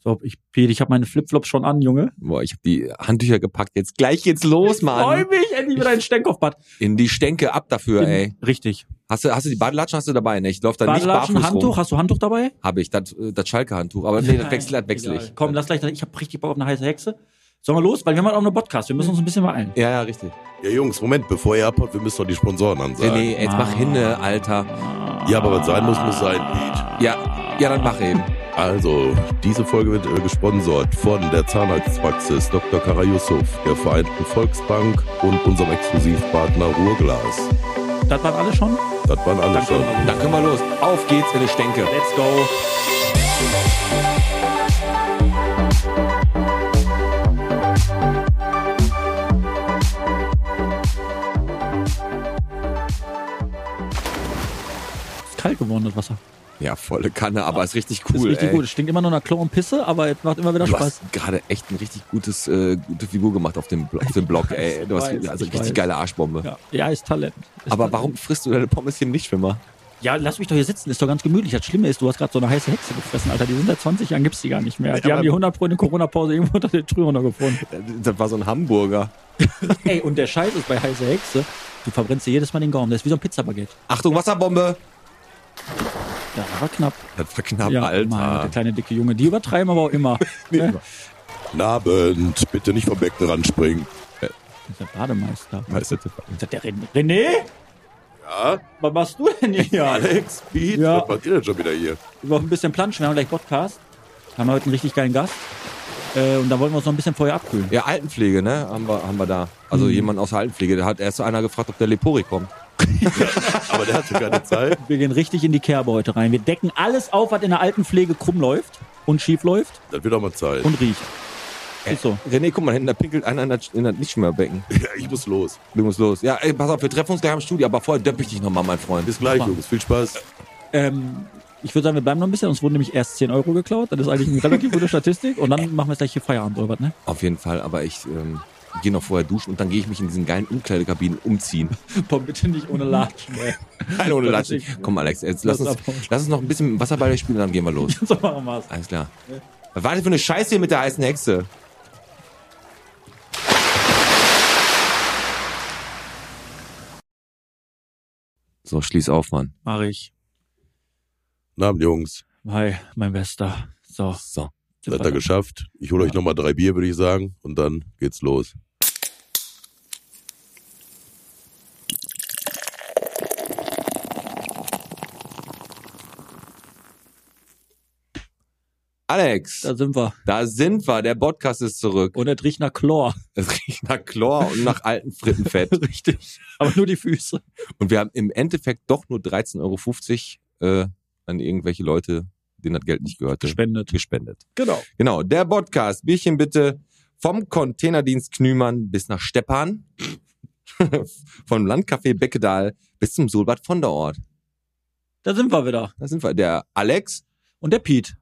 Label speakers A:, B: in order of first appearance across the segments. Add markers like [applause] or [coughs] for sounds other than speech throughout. A: So, ich, Pete, ich habe meine Flipflops schon an, Junge.
B: Boah, ich habe die Handtücher gepackt. Jetzt gleich geht's los,
A: Freue
B: Mann.
A: mich endlich wieder ein Steckkopfbad.
B: In die Stänke ab dafür, ey.
A: Richtig.
B: Hast du, hast du die Badelatschen hast du dabei? Ne, ich laufe da nicht
A: Badelatschen,
B: barfuß
A: Handtuch,
B: rum.
A: hast du Handtuch dabei?
B: Habe ich das, äh, das Schalke Handtuch, aber nee, das
A: Nein,
B: wechsel, das wechsel
A: egal.
B: ich.
A: Komm, lass gleich, ich habe richtig Bock auf eine heiße Hexe. Sollen wir los? Weil wir haben halt auch einen Podcast, wir müssen uns ein bisschen beeilen.
B: Ja, ja, richtig.
C: Ja, Jungs, Moment, bevor ihr abhaut, wir müssen doch die Sponsoren
B: Nee,
C: ansagen.
B: nee, jetzt mach
A: Ah.
B: hinne, Alter.
C: Ja, aber was sein muss, muss sein, Pete.
B: Ja, ja, dann mach eben.
C: Also, diese Folge wird äh, gesponsert von der Zahnarztpraxis Dr. Kara Yusuf, der Vereinten Volksbank und unserem Exklusivpartner Ruhrglas.
A: Das waren alle schon?
C: Das waren alle schon.
B: Dann können wir los. Auf geht's in die Stänke.
A: Let's go. Ist kalt geworden, das Wasser.
B: Ja, volle Kanne, aber ist richtig
A: ist
B: cool,
A: richtig
B: ey.
A: gut. Es stinkt immer nur nach Klo und Pisse, aber es macht immer wieder
B: Du
A: Spaß.
B: hast gerade echt ein richtig gutes, äh, gute Figur gemacht auf dem, Blo- auf dem Blog, ey. Du hast
A: weiß, [laughs]
B: also
A: ich
B: richtig
A: weiß.
B: geile Arschbombe.
A: Ja, ja, ist Talent. Ist
B: Aber
A: Talent.
B: warum frisst du deine Pommes hier nicht, Schwimmer?
A: Ja, lass mich doch hier sitzen, ist doch ganz gemütlich. Das Schlimme ist, du hast gerade so eine heiße Hexe gefressen, Alter. Die sind seit 20 Jahren, gibt's die gar nicht mehr. Die
B: aber-
A: haben die 100 Pro in der Corona-Pause irgendwo unter den Trüben runtergefunden.
B: [laughs] Das war so ein Hamburger.
A: Ey, und der Scheiß ist bei heiße Hexe, du verbrennst dir jedes Mal den Gaumen. Das ist wie so ein Pizzabaguette.
B: Achtung, Wasserbombe!
A: Ja, war knapp.
B: Das war knapp,
A: ja,
B: Alter.
A: Mann, der kleine dicke Junge. Die übertreiben aber auch
B: [laughs]
A: immer. ne?
C: Guten Abend, bitte nicht vom Becken ranspringen.
A: Das ist der Bademeister.
B: Weißt du, das
A: Das ist der René. René?
C: Ja?
A: Was machst du denn hier?
C: Alex, Pete,
A: Ja.
C: was macht ihr denn schon wieder hier?
A: wir ein bisschen planschen. Wir haben gleich Podcast. Haben heute einen richtig geilen Gast. Äh, und da wollen wir uns noch ein bisschen vorher abkühlen.
B: Ja, Altenpflege, ne? Haben wir, haben wir da.
A: Mhm.
B: Also jemand aus der Altenpflege. Da hat erst einer gefragt, ob der Lepori kommt.
C: Aber der hatte keine [laughs] Zeit.
A: Wir gehen richtig in die Kerbe heute rein. Wir decken alles auf, was in der Altenpflege krumm läuft und schief läuft
C: Das wird auch mal Zeit.
A: und riecht. Ist so.
B: René, guck mal, hinten, da pinkelt einer in das, in das Nichtschmeerbecken.
C: Ja, ich muss los.
B: Du musst los. Ja, ey, pass auf, wir treffen uns gleich am Studio, aber vorher döpp ich dich nochmal, mein Freund.
C: Bis gleich, Jungs. Viel Spaß.
A: Ähm, ich würde sagen, wir bleiben noch ein bisschen. Uns wurden nämlich erst 10 Euro geklaut. Das ist eigentlich eine relativ gute Statistik. Und dann machen wir gleich hier Feierabend oder was, ne?
B: Auf jeden Fall, aber ich ähm, gehe noch vorher duschen und dann gehe ich mich in diesen geilen Umkleidekabinen umziehen.
A: Komm bitte nicht ohne Latschen, ey.
B: Nein, ohne
A: Das ist
B: Latschen.
A: nicht-
B: Komm, Alex, jetzt lass,
A: Das
B: uns,
A: ist abhauen.
B: lass uns noch ein bisschen mit dem Wasserball spielen, dann gehen wir los.
A: [laughs] So machen wir's.
B: Alles klar. Was war das für eine Scheiße hier mit der heißen Hexe? So, schließ auf, Mann.
A: Mach ich.
C: Guten Abend, Jungs.
A: Hi, mein Bester. So.
B: So.
C: Seid ihr geschafft? Ich hole euch nochmal drei Bier, würde ich sagen. Und dann geht's los.
B: Alex,
A: Da sind wir.
B: da sind wir. Der Podcast ist zurück.
A: Und es riecht nach Chlor. [laughs]
B: Es riecht nach Chlor und nach alten Frittenfett.
A: Richtig. Aber nur die Füße.
B: Und wir haben im Endeffekt doch nur 13,50 Euro äh, an irgendwelche Leute, denen das Geld nicht gehörte,
A: Gespendet.
B: gespendet.
A: Genau.
B: Genau, der Podcast. Bierchen bitte vom Containerdienst Knümann bis nach Stepan, [laughs] vom Landcafé Beckedahl bis zum Solbad von der Ort.
A: Da sind wir wieder.
B: Da sind wir. Der Alex,
A: Und der Piet.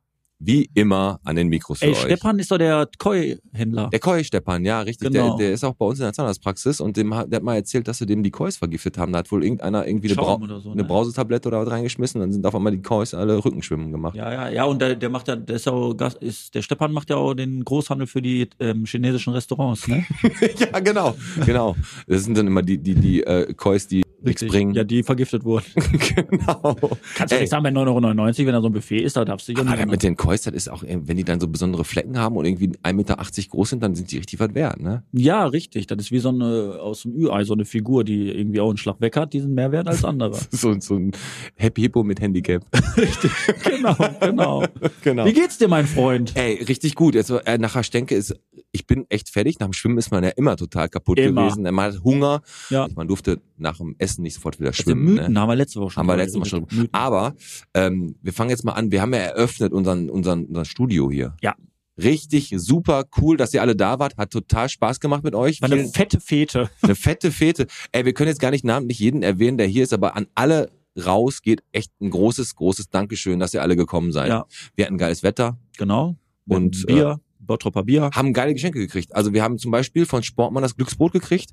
B: wie immer, an den Mikros für
A: Ey,
B: euch.
A: Steppan ist doch der Koi-Händler.
B: Der Koi Stepan, ja, richtig.
A: Genau.
B: Der, der ist auch bei uns in der Zahnarztpraxis und dem, hat- der hat mal erzählt, dass sie dem die Kois vergiftet haben. Da hat wohl irgendeiner irgendwie eine, Brau
A: Schaum oder so,
B: eine
A: ne?
B: Brausetablette oder was reingeschmissen. Dann sind auf einmal die Kois alle Rückenschwimmen gemacht.
A: Ja, ja, ja, und der, der macht ja, der ist ja auch, Gast- ist, der Steppan macht ja auch den Großhandel für die ähm, chinesischen Restaurants, [laughs] ne?
B: [laughs] ja genau. genau. Das sind dann immer die, die, die äh, Kois, die nichts bringen.
A: Ja, die vergiftet wurden.
B: [laughs] genau.
A: [laughs] Kannst du
B: Ey.
A: nicht sagen, bei 9,99 Euro, wenn da so ein Buffet ist, da darfst du dich auch
B: Aber
A: nicht-
B: dann mit den Kois, das ist auch, äh, wenn die dann so besondere Flecken haben und irgendwie 1,80 Meter groß sind, dann sind die richtig was wert, ne? [laughs]
A: Ja, richtig. Das ist wie so eine, aus dem Ü-Ei, so eine Figur, die irgendwie auch einen Schlag weg hat, die sind mehr wert als andere.
B: So, so ein Happy Hippo mit Handicap.
A: [laughs] genau, [laughs] genau.
B: genau.
A: Wie geht's dir, mein Freund?
B: Ey, richtig gut. Jetzt, äh, nach Haschdenke ist, ich bin echt fertig. Nach dem Schwimmen ist man ja immer total kaputt
A: Immer.
B: gewesen. Man hat Hunger.
A: Ja.
B: Man durfte nach dem Essen nicht sofort wieder
A: Das sind
B: schwimmen.
A: Mythen
B: Ne?
A: haben wir letzte Woche schon.
B: Haben wir
A: drüber
B: letztes Mal schon.
A: geredet. Mythen.
B: Aber ähm, wir fangen jetzt mal an. Wir haben ja eröffnet unseren, unseren, unser Studio hier.
A: Ja.
B: Richtig super cool, dass ihr alle da wart. Hat total Spaß gemacht mit euch.
A: War eine
B: Vielen-
A: fette Fete.
B: Eine fette Fete. Ey, wir können jetzt gar nicht namentlich jeden erwähnen, der hier ist, aber an alle raus geht echt ein großes, großes Dankeschön, dass ihr alle gekommen seid.
A: Ja.
B: Wir hatten geiles Wetter,
A: Genau. äh,
B: Und, äh,
A: Bier, Bottropper Bier.
B: haben geile Geschenke gekriegt. Also wir haben zum Beispiel von Sportmann das Glücksbrot gekriegt.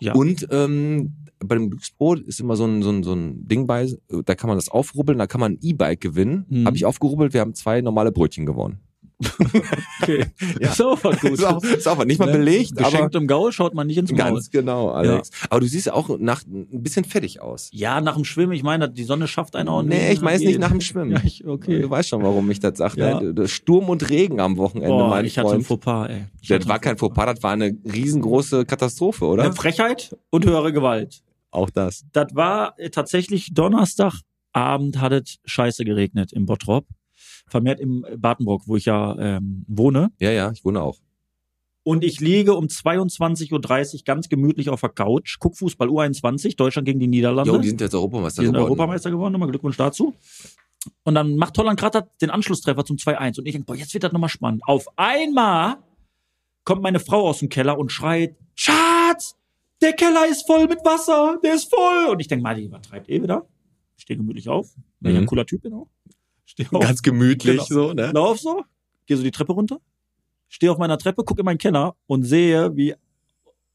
A: Ja.
B: Und ähm, bei dem Glücksbrot ist immer so ein, so, ein, so ein Ding bei, da kann man das aufrubbeln, da kann man ein E-Bike gewinnen.
A: Mhm.
B: Habe ich aufgerubbelt, wir haben zwei normale Brötchen gewonnen.
A: [laughs] Okay.
B: Ja.
A: Ist auch was [laughs] gut.
B: Ist auch, [laughs] ist auch nicht mal
A: Ne?
B: belegt, aber
A: Geschenktem Gaul schaut man nicht ins Maul.
B: ganz genau, Alex. Aber du siehst auch nach, ein bisschen fettig aus.
A: Ja, nach dem Schwimmen, ich meine, die Sonne schafft einen auch
B: nee, ich meine es nicht nach dem Schwimmen. Also,
A: Ja, ich, okay.
B: Du weißt schon, warum ich das sage.
A: Ja.
B: Ne? Sturm und Regen am Wochenende,
A: Boah,
B: mein
A: ich hatte
B: Freund.
A: ein Fauxpas, ey. Ich
B: das
A: hatte
B: war
A: ein
B: kein Fauxpas, das war eine riesengroße Katastrophe, oder?
A: Ja, Frechheit und höhere Gewalt.
B: Auch das.
A: Das war äh, tatsächlich Donnerstagabend hat es scheiße geregnet im Bottrop. Vermehrt im Badenbrock, wo ich ja ähm, wohne.
B: Ja, ja, ich wohne auch.
A: Und ich liege um 22.30 Uhr ganz gemütlich auf der Couch, guck Fußball U21, Deutschland gegen die Niederlande.
B: Jo, die sind jetzt Europameister
A: Die sind
B: geworden.
A: Genau. Europameister geworden, nochmal Glückwunsch dazu. Und dann macht Holland gerade den Anschlusstreffer zum 2-1. Und ich denke, boah, jetzt wird das nochmal spannend. Auf einmal kommt meine Frau aus dem Keller und schreit, Schatz, der Keller ist voll mit Wasser, der ist voll. Und ich denke mal, die übertreibt eh wieder. Ich stehe gemütlich auf, weil ich
B: Mhm.
A: ein cooler Typ bin auch.
B: [laughs]
A: Stehe auf,
B: Ganz gemütlich
A: Genau.
B: so, ne?
A: lauf so, gehe so die Treppe runter, stehe auf meiner Treppe, gucke in meinen Keller und sehe, wie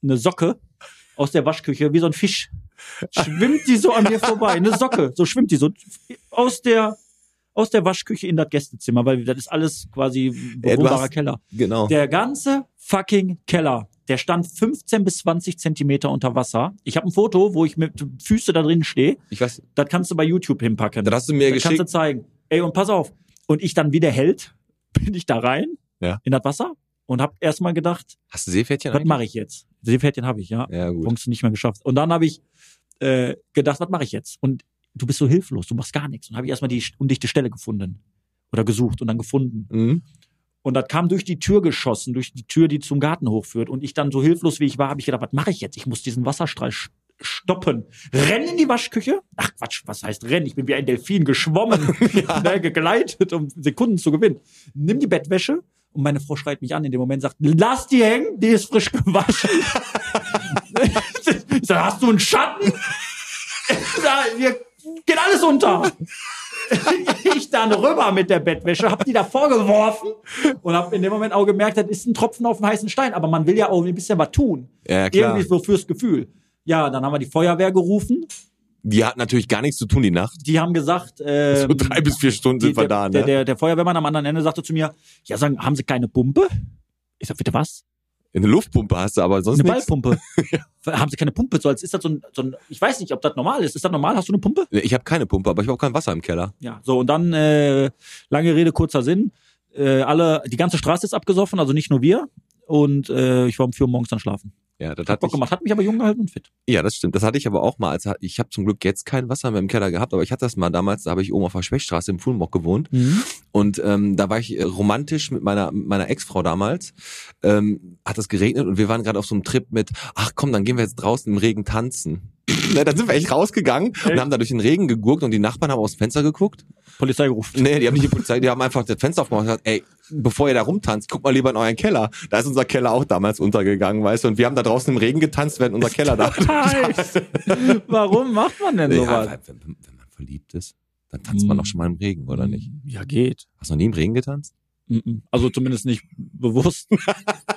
A: eine Socke aus der Waschküche, wie so ein Fisch, schwimmt die so an mir vorbei. Eine Socke, so schwimmt die so aus der aus der Waschküche in das Gästezimmer, weil das ist alles quasi bewohnbarer
B: hast-
A: Keller.
B: Genau.
A: Der ganze fucking Keller, der stand 15 bis 20 Zentimeter unter Wasser. Ich habe ein Foto, wo ich mit Füße da drin stehe.
B: Ich weiß,
A: Das kannst du bei YouTube hinpacken.
B: das hast du mir
A: Das kannst du
B: geschickt.
A: zeigen. Ey, und pass auf. Und ich dann wie der Held [laughs] bin ich da rein
B: Ja.
A: in das Wasser und habe erstmal gedacht,
B: Hast du Seepferdchen?
A: was mache ich jetzt? Seepferdchen habe ich, ja.
B: eigentlich? Ja, gut.
A: Bronze nicht mehr geschafft. Und dann habe ich äh, gedacht, was mache ich jetzt? Und du bist so hilflos, du machst gar nichts. Und habe ich erstmal die undichte Stelle gefunden oder gesucht und dann gefunden.
B: Mhm.
A: Und das kam durch die Tür geschossen, durch die Tür, die zum Garten hochführt. Und ich dann so hilflos wie ich war, habe ich gedacht, was mache ich jetzt? Ich muss diesen Wasserstrahl sch- stoppen. Renn in die Waschküche? Ach Quatsch, was heißt rennen? Ich bin wie ein Delfin geschwommen, [laughs] ne, gegleitet, um Sekunden zu gewinnen. Nimm die Bettwäsche und meine Frau schreit mich an in dem Moment, sagt, lass die hängen, die ist frisch gewaschen. [laughs] ich sag, hast du einen Schatten? [laughs] da, hier geht alles unter. [laughs] ich dann rüber mit der Bettwäsche, hab die da vorgeworfen und hab in dem Moment auch gemerkt, das ist ein Tropfen auf dem heißen Stein, aber man will ja auch ein bisschen was tun.
B: Ja, klar.
A: Irgendwie so fürs Gefühl. Ja, dann haben wir die Feuerwehr gerufen.
B: Die hat natürlich gar nichts zu tun die Nacht.
A: Die haben gesagt, ähm,
B: So drei bis vier Stunden
A: die,
B: sind
A: der,
B: wir da,
A: der,
B: ne?
A: der, der Feuerwehrmann am anderen Ende sagte zu mir, ja, sagen, haben Sie keine Pumpe? Ich sag, bitte was?
B: Eine Luftpumpe hast du, aber sonst
A: Eine
B: nichts. [laughs]
A: Ballpumpe. Haben Sie keine Pumpe? So als ist das so ein, so ein, ich weiß nicht, ob das normal ist. Ist das normal? Hast du eine Pumpe?
B: Ich habe keine Pumpe, aber ich habe auch kein Wasser im Keller.
A: Ja, so und dann äh, lange Rede kurzer Sinn. Äh, alle, die ganze Straße ist abgesoffen, also nicht nur wir. Und äh, ich war um vier Uhr morgens dann schlafen.
B: Ja, das
A: Hat
B: hat
A: Bock
B: ich,
A: gemacht, hat mich aber jung gehalten und fit.
B: ja, das stimmt. Das hatte ich aber auch mal. Als, ich habe zum Glück jetzt kein Wasser mehr im Keller gehabt, aber ich hatte das mal damals. Da habe ich oben auf der Schwächstraße im Fulmock gewohnt und ähm, da war ich äh, romantisch mit meiner mit meiner Ex-Frau damals. Ähm, hat es geregnet und wir waren gerade auf so einem Trip mit. Ach komm, dann gehen wir jetzt draußen im Regen tanzen. [laughs] Ne, dann sind wir echt rausgegangen und
A: Echt?
B: haben da durch den Regen gegurkt und die Nachbarn haben aus dem Fenster geguckt
A: Polizei gerufen.
B: Nee, die haben nicht die Polizei, die haben einfach das Fenster aufgemacht und gesagt, ey, bevor ihr da rumtanzt, guckt mal lieber in euren Keller. Da ist unser Keller auch damals untergegangen, weißt du, und wir haben da draußen im Regen getanzt, während unser Keller da
A: Heiß. [laughs] Warum macht man denn
B: ja,
A: sowas?
B: weil- wenn, wenn man verliebt ist, dann tanzt man
A: Hm.
B: auch schon mal im Regen, oder nicht?
A: Ja, geht.
B: Hast du noch nie im
A: [laughs]
B: Regen getanzt?
A: Mhm. Also zumindest nicht
B: [laughs]
A: bewusst.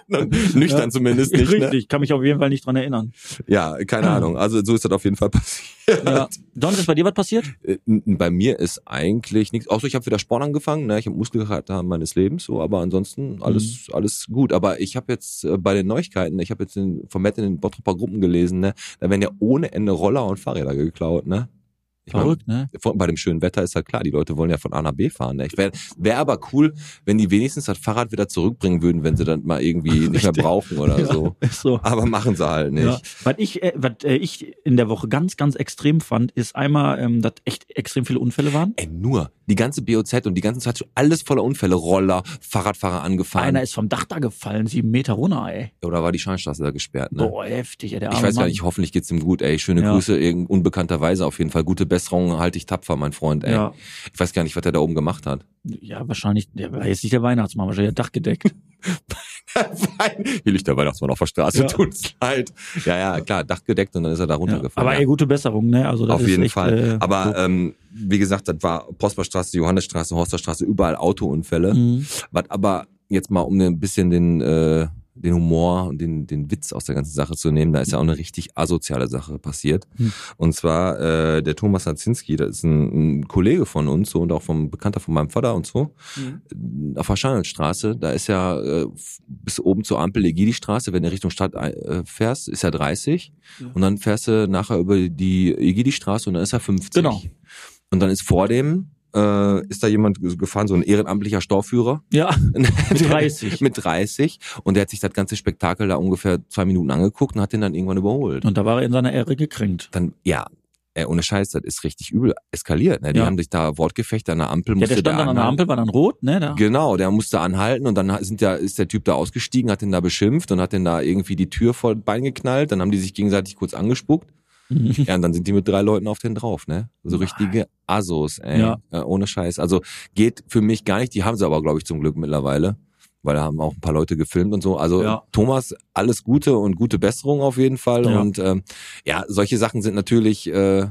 B: Nüchtern
A: Ja.
B: zumindest nicht, ne?
A: Richtig, Ah. kann mich auf jeden Fall nicht dran
B: [laughs]
A: erinnern.
B: Ja, keine Ahnung. Also so ist das auf jeden Fall passiert.
A: Ja. Don, ist bei dir was passiert?
B: Äh, n- Bei mir ist eigentlich nichts, außer ich habe wieder Sport angefangen, ne? ich habe Muskelkater meines Lebens, so, aber ansonsten
A: Mhm.
B: alles alles gut. Aber ich habe jetzt äh, bei den Neuigkeiten, ich habe jetzt den, von Matt in den Bottroper Gruppen gelesen, ne? da werden ja ohne Ende Roller und Fahrräder geklaut. Ne? Ich mein,
A: Verrückt,
B: [laughs]
A: ne?
B: vor- bei dem schönen Wetter ist halt klar, die Leute wollen ja von A nach B fahren. Ne? Wäre wär aber cool, wenn die wenigstens das Fahrrad wieder zurückbringen würden, wenn sie dann mal irgendwie nicht mehr
A: Richtig.
B: brauchen oder
A: Ja,
B: so.
A: Ist so.
B: Aber machen sie halt nicht.
A: Ja. Was ich, äh, was äh, ich in der Woche ganz, ganz extrem fand, ist einmal, ähm, dass echt extrem viele Unfälle waren.
B: Ey, nur die ganze BOZ und die ganze Zeit schon alles voller Unfälle. Roller, Fahrradfahrer angefahren.
A: Einer ist vom Dach da gefallen, sieben Meter runter, ey.
B: Oder war die Scheinstraße da gesperrt, ne?
A: Boah, heftig, ey, der
B: ich
A: arme
B: weiß gar
A: Mann.
B: nicht, hoffentlich geht's ihm gut, ey. Schöne
A: Ja.
B: Grüße, irgend- unbekannterweise auf jeden Fall. Gute Besserung, halte ich tapfer, mein Freund, ey.
A: Ja,
B: Ich weiß gar nicht, was er da oben gemacht hat. [laughs]
A: ja, wahrscheinlich, der war jetzt nicht der Weihnachtsmann, wahrscheinlich der Dach gedeckt.
B: Hier liegt der Weihnachtsmann auf der Straße,
A: Ja.
B: tut's leid. Ja, ja, klar, Dach gedeckt und dann ist er da
A: Ja.
B: runtergefallen.
A: Aber
B: ja.
A: ey, gute Besserung, ne? Also, das
B: Auf
A: ist
B: jeden
A: echt,
B: Fall.
A: Äh,
B: Aber ähm, wie gesagt, das war Prosperstraße, äh, Johannesstraße, Horsterstraße, überall Autounfälle.
A: Mhm.
B: Was aber jetzt mal um ein bisschen den äh, den Humor und den, den Witz aus der ganzen Sache zu nehmen. Da ist ja auch eine richtig asoziale Sache passiert.
A: Hm.
B: Und zwar äh, der Thomas Hazinski, das ist ein, ein Kollege von uns so, und auch vom Bekannter von meinem Vater und so. Auf der Schanelstraße, da ist ja äh, f- bis oben zur Ampel Egidi-Straße, wenn du Richtung Stadt äh, fährst, ist ja 30.
A: Ja.
B: Und dann fährst du nachher über die Egidi-Straße und dann ist er 50.
A: Genau.
B: Und dann ist vor dem äh, ist da jemand ge- gefahren, so ein
A: [laughs]
B: ehrenamtlicher Stauführer
A: Ja,
B: mit
A: 30.
B: [laughs] mit 30 und der hat sich das ganze Spektakel da ungefähr zwei Minuten angeguckt und hat den dann irgendwann überholt.
A: und da war er in seiner Ehre gekränkt.
B: dann, ja, ey, ohne Scheiß, das ist richtig übel eskaliert. Ne? Die
A: Ja.
B: haben sich da Wortgefecht an der Ampel
A: Ja, der
B: musste
A: stand
B: der
A: dann an der
B: anhalten.
A: Ampel, war dann rot, ne? Da.
B: Genau, der musste anhalten und dann sind ja, ist der Typ da ausgestiegen, hat den da beschimpft und hat den da irgendwie die Tür vor das Bein geknallt, dann haben die sich gegenseitig kurz angespuckt.
A: Mhm. Hm.
B: Ja, und dann sind die mit drei Leuten auf den drauf, ne? So richtige Assos, ey.
A: Ja.
B: Äh, ohne Scheiß. Also geht für mich gar nicht, die haben sie aber, glaube ich, zum Glück mittlerweile. Weil da haben auch ein paar Leute gefilmt und so. Also
A: Ja.
B: Thomas, alles Gute und gute Besserung auf jeden Fall.
A: Ja.
B: Und ähm, ja, solche Sachen sind natürlich äh,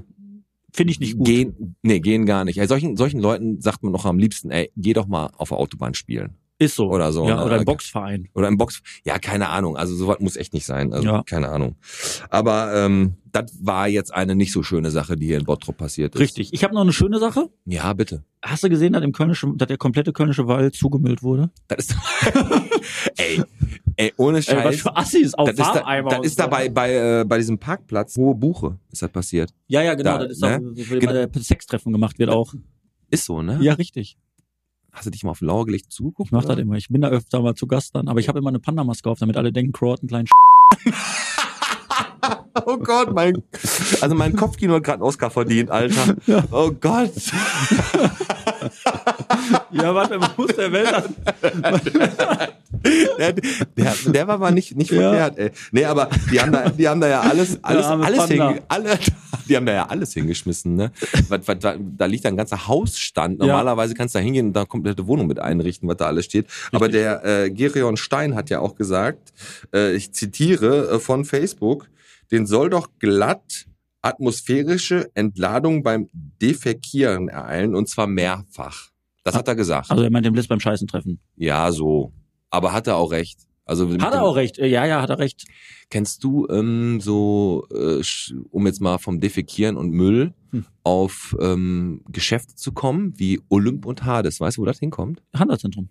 A: Finde ich nicht gut.
B: gehen, nee, gehen gar nicht. Ey, solchen, solchen Leuten sagt man noch am liebsten, ey, geh doch mal auf der Autobahn spielen.
A: Ist so.
B: Oder so,
A: Ja,
B: ne?
A: oder
B: Okay.
A: ein Boxverein.
B: Oder im Box. Ja, keine Ahnung. Also sowas muss echt nicht sein. Also
A: Ja.
B: keine Ahnung. Aber ähm, das war jetzt eine nicht so schöne Sache, die hier in Bottrop passiert ist.
A: Richtig. Ich habe noch eine schöne Sache.
B: Ja, bitte.
A: Hast du gesehen, dass, im Kölnischen, dass der komplette Kölnische Wald zugemüllt wurde? [laughs]
B: Das ist ey, ey, ohne
A: Ey, Äh, was
B: Scheiß.
A: für Assis auf
B: das ist da,
A: Farbeimer
B: das
A: und
B: ist
A: so.
B: da bei, bei, äh, bei diesem Parkplatz Hohe Buche ist das passiert.
A: Ja, ja, genau.
B: da,
A: das ist da,
B: ne?
A: wo
B: Genau.
A: immer der Sextreffen gemacht wird auch.
B: Ist so, ne?
A: Ja, richtig.
B: Hast du dich mal auf Lauer gelegt zugeguckt?
A: Ich mach das
B: oder?
A: immer. Ich bin da öfter mal zu Gast dann. Aber ich habe immer eine Pandamaske auf, damit alle denken, Crow hat einen kleinen
B: Oh Gott, mein, also mein Kopfkino hat gerade einen Oscar
A: [laughs]
B: verdient, Alter. Oh Gott.
A: Ja, warte, man muss der Welt an.
B: [laughs] Der, der, der war mal nicht, nicht
A: Ja.
B: verkehrt, ey. Nee, aber die haben da, die haben da ja alles, alles,
A: arme
B: alles,
A: Panda.
B: hinge, alle, die haben da ja alles hingeschmissen, ne? Was, was, was, da liegt da ein ganzer Hausstand.
A: Ja.
B: Normalerweise kannst du da hingehen und da komplette Wohnung mit einrichten, was da alles steht. Aber der äh, Gerion Stein hat ja auch gesagt, äh, ich zitiere äh, von Facebook, den soll doch glatt atmosphärische Entladung beim Defekieren ereilen und zwar mehrfach. Das hat er gesagt.
A: [laughs] Also er meint den Blitz beim Scheißen treffen.
B: Ja, so. Aber hat er auch recht. Also mit
A: Hat
B: dem-
A: er auch recht. Äh, Ja, ja, hat er recht.
B: Kennst du ähm, so, äh, sch- um jetzt mal vom Defekieren und Müll
A: Hm.
B: auf ähm, Geschäfte zu kommen, wie Olymp und Hades? Weißt du, wo das hinkommt?
A: Handelszentrum.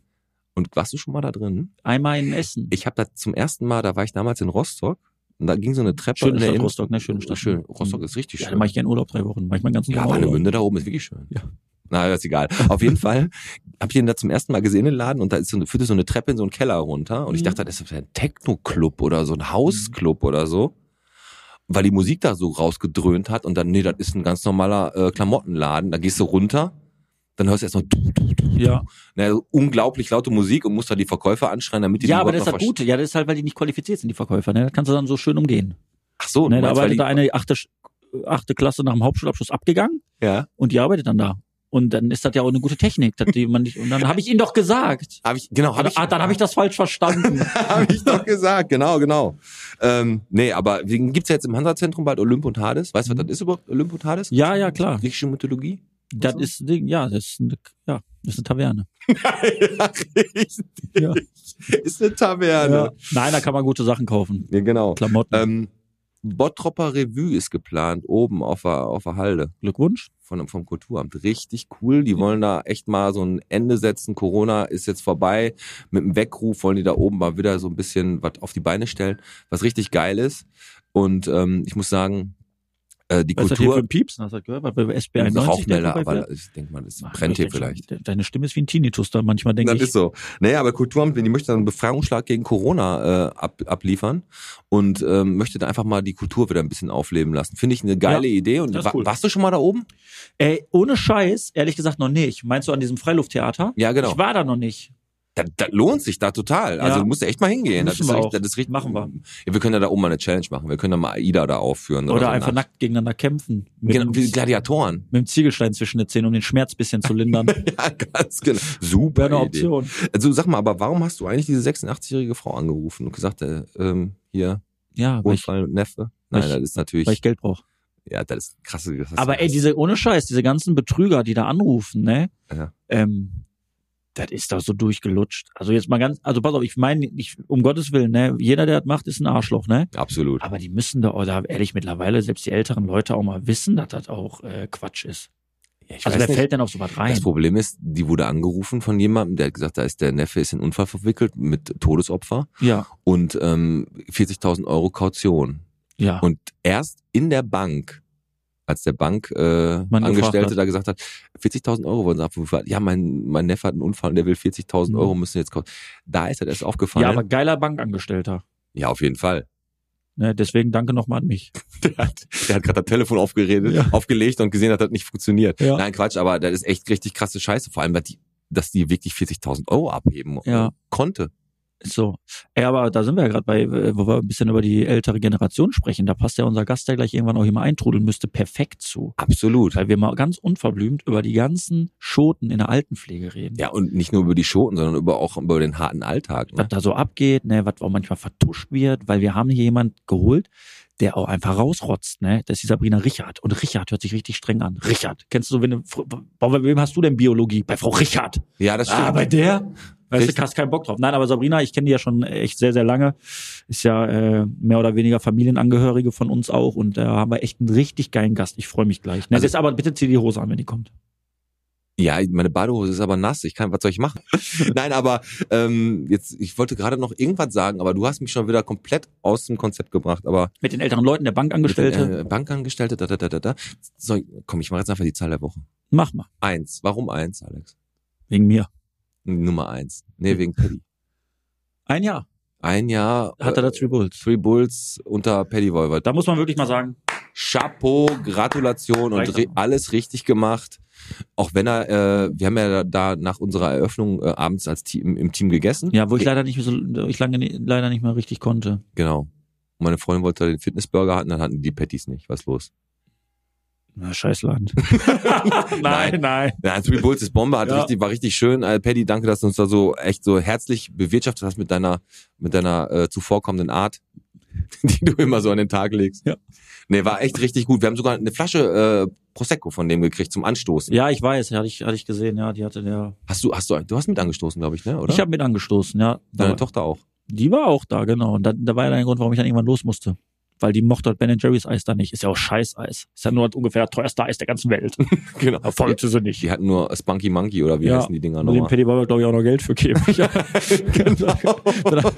B: Und warst du schon mal da drin?
A: Einmal in Essen.
B: Ich habe das zum ersten Mal, da war ich damals in Rostock und da ging so eine Treppe
A: Schöne
B: in der
A: Stadt,
B: Innenstadt.
A: Rostock, ne? Schöne Stadt.
B: Schön. Rostock ist richtig
A: ja,
B: schön.
A: dann mach ich gerne Urlaub drei Wochen. Mach ich meinen ganzen
B: Ja,
A: Sommer Urlaub.
B: Warnemünde da oben ist wirklich schön. Ja. Na, ist egal. Auf jeden Fall habe ich den da zum ersten Mal gesehen, den Laden, und da ist so eine, führte so eine Treppe in so einen Keller runter. Und ich
A: Mhm.
B: dachte, das ist ein Techno-Club oder so ein Hausclub oder so. Weil die Musik da so rausgedröhnt hat und dann, nee, das ist ein ganz normaler äh, Klamottenladen. Da gehst du runter, dann hörst du erstmal
A: Ja,
B: na, so unglaublich laute Musik und musst da die Verkäufer anschreien, damit die
A: ja
B: die
A: aber das
B: überhaupt
A: ist halt
B: noch
A: gut. Ja, das ist halt, weil die nicht qualifiziert sind, die Verkäufer. Ne? Das kannst du dann so schön umgehen.
B: verstehen. Ach so,
A: Ne?
B: ne,
A: Da
B: meinst, weil
A: arbeitet
B: die,
A: da eine achte, Sch- achte Klasse nach dem Hauptschulabschluss abgegangen
B: ja.
A: und die arbeitet dann da. Und dann ist das ja auch eine gute Technik, dass die man nicht. Und dann habe ich ihn doch gesagt.
B: Hab ich, genau, hab ich,
A: ah, dann habe ich das falsch verstanden.
B: [laughs] Habe ich doch gesagt, genau, genau. Ähm, nee, aber wegen- gibt's ja jetzt im Hansa-Zentrum bald Olymp und Hades. Weißt du, was das ist überhaupt, Olymp und
A: [laughs]
B: Hades?
A: Mhm. Ja, ja, klar.
B: Griechische Mythologie?
A: Das
B: so?
A: ist ein Ding, ja, das ist eine, ja, das ist eine Taverne.
B: ja, [laughs] richtig.
A: Ja.
B: Ist eine Taverne.
A: Ja. Nein, da kann man gute Sachen kaufen.
B: Ja, genau.
A: Klamotten.
B: Ähm, Bottropper Revue ist geplant, oben auf der, auf der Halde.
A: Glückwunsch.
B: Von, vom Kulturamt. Richtig cool.
A: Mhm.
B: Die wollen da echt mal so ein Ende setzen. Corona ist jetzt vorbei. Mit einem Weckruf wollen die da oben mal wieder so ein bisschen was auf die Beine stellen, was richtig geil ist. Und ähm, ich muss sagen, äh, die
A: Was ist das hier
B: Kultur.
A: für ein Pieps? Hast du das gehört? Weil bei SB 91 der
B: Rauchmelder,
A: vorbeifährt.
B: aber ich denke mal, das brennt hier
A: Ach,
B: vielleicht.
A: de- Deine Stimme ist wie ein Tinnitus da manchmal, denke
B: Das
A: ich.
B: ist so. Naja, aber Kulturamt, die möchte dann einen Befreiungsschlag gegen Corona äh, ab, abliefern und ähm, möchte da einfach mal die Kultur wieder ein bisschen aufleben lassen. Finde ich eine geile Idee. Und
A: das ist
B: wa-
A: cool.
B: warst du schon mal da oben?
A: Ey, ohne Scheiß, ehrlich gesagt noch nicht. Meinst du an diesem Freilufttheater?
B: Ja, genau.
A: Ich war da noch nicht.
B: Das, das lohnt sich da total. Also
A: Ja.
B: du musst da echt mal hingehen. Das
A: Müssen
B: ist,
A: wir
B: echt,
A: auch.
B: das ist richtig.
A: Machen wir.
B: Ja, wir können ja da oben mal eine Challenge machen. Wir können da mal AIDA da aufführen.
A: Oder
B: so
A: einfach
B: nach-
A: nackt gegeneinander kämpfen. Mit,
B: Genau, wie
A: mit [laughs]
B: Gladiatoren.
A: dem Ziegelstein zwischen den Zähnen, um den Schmerz bisschen zu
B: [laughs]
A: lindern.
B: Ja, ganz genau.
A: Wäre
B: Super
A: eine
B: Idee.
A: Option.
B: Also sag mal, aber warum hast du eigentlich diese 86-jährige Frau angerufen und gesagt, äh, ähm, hier,
A: Ja, weil ich,
B: Unfall mit Neffe? Nein,
A: ich-
B: das ist natürlich,
A: weil ich Geld brauche.
B: ja, das ist krasse. Das ist
A: Aber ey, diese ohne Scheiß, diese ganzen Betrüger, die da anrufen, ne?
B: Ja.
A: Ähm, das ist doch so durchgelutscht. Also jetzt mal ganz, also pass auf, ich meine, ich, um Gottes Willen, ne, jeder, der das macht, ist ein Arschloch, ne?
B: Absolut.
A: Aber die müssen da, oder ehrlich, mittlerweile selbst die älteren Leute auch mal wissen, dass das auch äh, Quatsch ist.
B: Ich
A: also
B: weiß
A: wer
B: nicht.
A: fällt denn auf sowas rein?
B: Das Problem ist, die wurde angerufen von jemandem, der hat gesagt, da ist der Neffe ist in einen Unfall verwickelt mit Todesopfer
A: Ja,
B: und ähm, 40.000 Euro Kaution.
A: ja.
B: Und erst in der Bank, als der Bank äh,
A: Man gefragt
B: Angestellte
A: hat.
B: da gesagt hat, 40.000 Euro wollen sie abrufen. Ja, mein, mein Neffe hat einen Unfall und der will 40.000
A: Mhm.
B: Euro, müssen jetzt kaufen. Da ist halt erst
A: ja,
B: aufgefallen.
A: aber geiler Bankangestellter.
B: ja auf
A: [laughs]
B: jeden Fall.
A: Ne, deswegen danke nochmal an mich.
B: Der hat, der hat gerade das Telefon aufgeredet,
A: Ja.
B: aufgelegt und gesehen, dass das nicht funktioniert.
A: Ja.
B: Nein, Quatsch, aber das ist echt richtig krasse Scheiße. Vor allem, dass die, dass die wirklich 40.000 Euro abheben äh,
A: Ja.
B: konnte.
A: Ist So. Ey, aber da sind wir ja gerade bei, äh, wo wir ein bisschen über die ältere Generation sprechen. Da passt ja unser Gast, der gleich irgendwann auch hier mal eintrudeln müsste, perfekt zu.
B: Absolut.
A: Weil wir mal ganz unverblümt über die ganzen Schoten in der Altenpflege reden.
B: Ja, und nicht nur über die Schoten, sondern über auch über den harten Alltag.
A: was
B: Ne?
A: da so abgeht, ne, was auch manchmal vertuscht wird, weil wir haben hier jemand geholt, der auch einfach rausrotzt, ne? Das ist die Sabrina Richard. Und Richard hört sich richtig streng an. Richard. Kennst du so, wenn du, fr- boah, bei wem hast du denn Biologie? Bei Frau Richard.
B: Ja, das stimmt.
A: Ah, bei der? Weißt
B: Richtig.
A: du, hast keinen Bock drauf. Nein, aber Sabrina, ich kenne die ja schon echt sehr, sehr lange. Ist ja äh, mehr oder weniger Familienangehörige von uns auch. Und da haben wir echt einen richtig geilen Gast. Ich freue mich gleich. Ne,
B: Also-
A: also, jetzt aber bitte zieh die Hose an, wenn die kommt.
B: Ja, meine Badehose ist aber nass. Ich kann, was soll ich machen? [laughs] Nein, aber ähm, jetzt, ich wollte gerade noch irgendwas sagen, aber du hast mich schon wieder komplett aus dem Konzept gebracht. Aber
A: Mit den älteren Leuten der Bankangestellte.
B: Äh, Bankangestellte, da, da, da, da, da. So, komm, ich mache jetzt einfach die Zahl der Woche.
A: Mach mal.
B: Eins. Warum eins, Alex?
A: Wegen mir.
B: Nummer eins. Nee, wegen Paddy.
A: Ein Jahr
B: Ein Jahr äh,
A: hat er da Three Bulls.
B: Three Bulls unter Paddy Wolwert.
A: Da muss man wirklich mal sagen,
B: Chapeau, Gratulation und
A: Weiter.
B: ri- alles richtig gemacht. Auch wenn er, äh, wir haben ja da, da nach unserer Eröffnung äh, abends als Team im Team gegessen.
A: ja, wo ich
B: Ge-
A: leider nicht mehr so, ich lange nie- leider nicht mehr richtig konnte.
B: Genau. Und meine Freundin wollte den Fitnessburger hatten, dann hatten die Patties nicht. Was los?
A: Na, scheiß Land.
B: Nein.
A: [laughs] nein, nein.
B: Ja, Three Bulls ist Bombe, hat
A: Ja.
B: richtig, war richtig schön. Äh, Paddy, danke, dass du uns da so echt so herzlich bewirtschaftet hast mit deiner, mit deiner äh, zuvorkommenden Art, [laughs] die du immer so an den Tag legst.
A: Ja.
B: Nee, war echt richtig gut. Wir haben sogar eine Flasche äh, Prosecco von dem gekriegt zum Anstoßen.
A: Ja, ich weiß, hatte ich, hatte ich gesehen, ja, die hatte der.
B: Hast du, hast du, du hast mit angestoßen, glaube ich, ne? Oder?
A: Ich habe mit angestoßen, ja.
B: Deine
A: Aber
B: Tochter auch.
A: die war auch da, genau. Und da, da war ja ein Grund, warum ich dann irgendwann los musste. Weil die mochte das Ben Jerry's Eis da nicht. Ist ja auch Scheißeis. Ist ja nur das ungefähr teuerste Eis der ganzen [laughs] Welt.
B: Genau.
A: Aber Wollte sie nicht.
B: Die hatten nur Spunky Monkey oder wie
A: Ja.
B: heißen die Dinger
A: Und dem
B: nochmal?
A: Petty Barber, glaube ich, auch noch Geld für [laughs] geben. Ja, genau.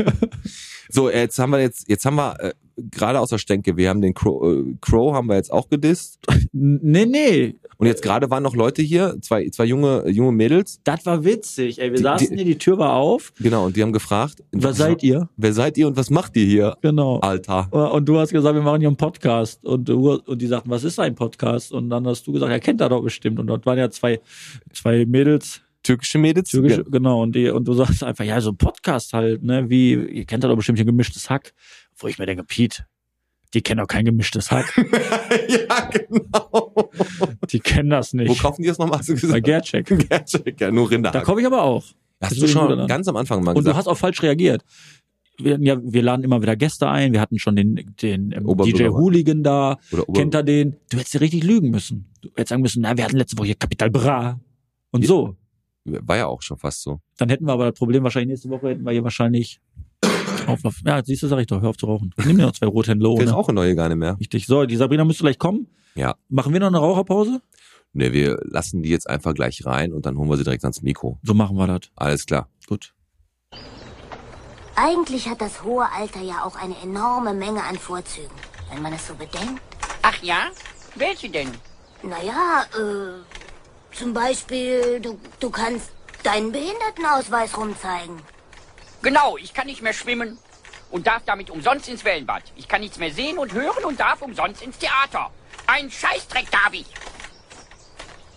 B: So, äh, jetzt haben wir jetzt, jetzt haben wir äh, gerade aus der Stänke, wir haben den Crow, äh, Crow haben wir jetzt auch gedisst.
A: nee, nee.
B: Und jetzt gerade waren noch Leute hier, zwei, zwei junge, junge Mädels,
A: Das war witzig, ey. Wir
B: Die-
A: saßen
B: die-
A: hier, die Tür war auf.
B: genau, und die haben gefragt,
A: Wer seid ihr?
B: wer seid ihr und was macht ihr hier,
A: Genau.
B: Alter?
A: Und du hast gesagt, wir machen hier einen Podcast. Und, du, und die sagten, was ist ein Podcast? Und dann hast du gesagt, er kennt da doch bestimmt. Und dort waren ja zwei, zwei Mädels,
B: Türkische Mädels?
A: türkische, genau. Und, die, und du sagst einfach, ja, so ein Podcast halt, ne? Wie, ihr kennt da doch bestimmt hier gemischtes Hack. Wo ich mir denke, Pete, die kennen doch kein gemischtes Hack.
B: ja, [laughs] genau. [laughs]
A: Die kennen das
B: Wo
A: nicht.
B: kaufen die das nochmal, hast du
A: Bei
B: gesagt?
A: Gercheck.
B: Gercheck, [laughs] ja, nur
A: Da
B: Rinderhack.
A: komme ich aber auch.
B: Hast
A: das
B: du
A: ist ein guter
B: schon
A: Laden.
B: ganz am Anfang mal
A: Und du
B: gesagt.
A: hast auch falsch reagiert. Wir, hatten ja, wir laden immer wieder Gäste ein. Wir hatten schon den, den ähm, DJ
B: Oberbürger-
A: Hooligan da.
B: Oder
A: kennt er den? Du hättest dir richtig lügen müssen. Du hättest sagen müssen, na, wir hatten letzte Woche hier Capital Bra. Und so.
B: War ja auch schon fast so.
A: Dann hätten wir aber das Problem wahrscheinlich nächste Woche hätten wir hier wahrscheinlich [coughs] Auflauf. Ja, siehst du, sag ich doch, hör auf zu rauchen. Nimm dir noch zwei rote Low,
B: Wir ist
A: ne?
B: auch eine neue gar nicht mehr.
A: Richtig. So, die Sabrina müsste gleich kommen.
B: Ja.
A: Machen wir noch eine Raucherpause?
B: Ne, wir lassen die jetzt einfach gleich rein und dann holen wir sie direkt ans Mikro.
A: So machen wir das.
B: Alles klar.
A: Gut.
D: Eigentlich hat das hohe Alter ja auch eine enorme Menge an Vorzügen, wenn man es so bedenkt.
E: Ach ja? Welche denn?
D: Naja, äh, zum Beispiel, du, du kannst deinen Behindertenausweis rumzeigen.
E: Genau, ich kann nicht mehr schwimmen und darf damit umsonst ins Wellenbad. Ich kann nichts mehr sehen und hören und darf umsonst ins Theater. Ein Scheißdreck darf ich.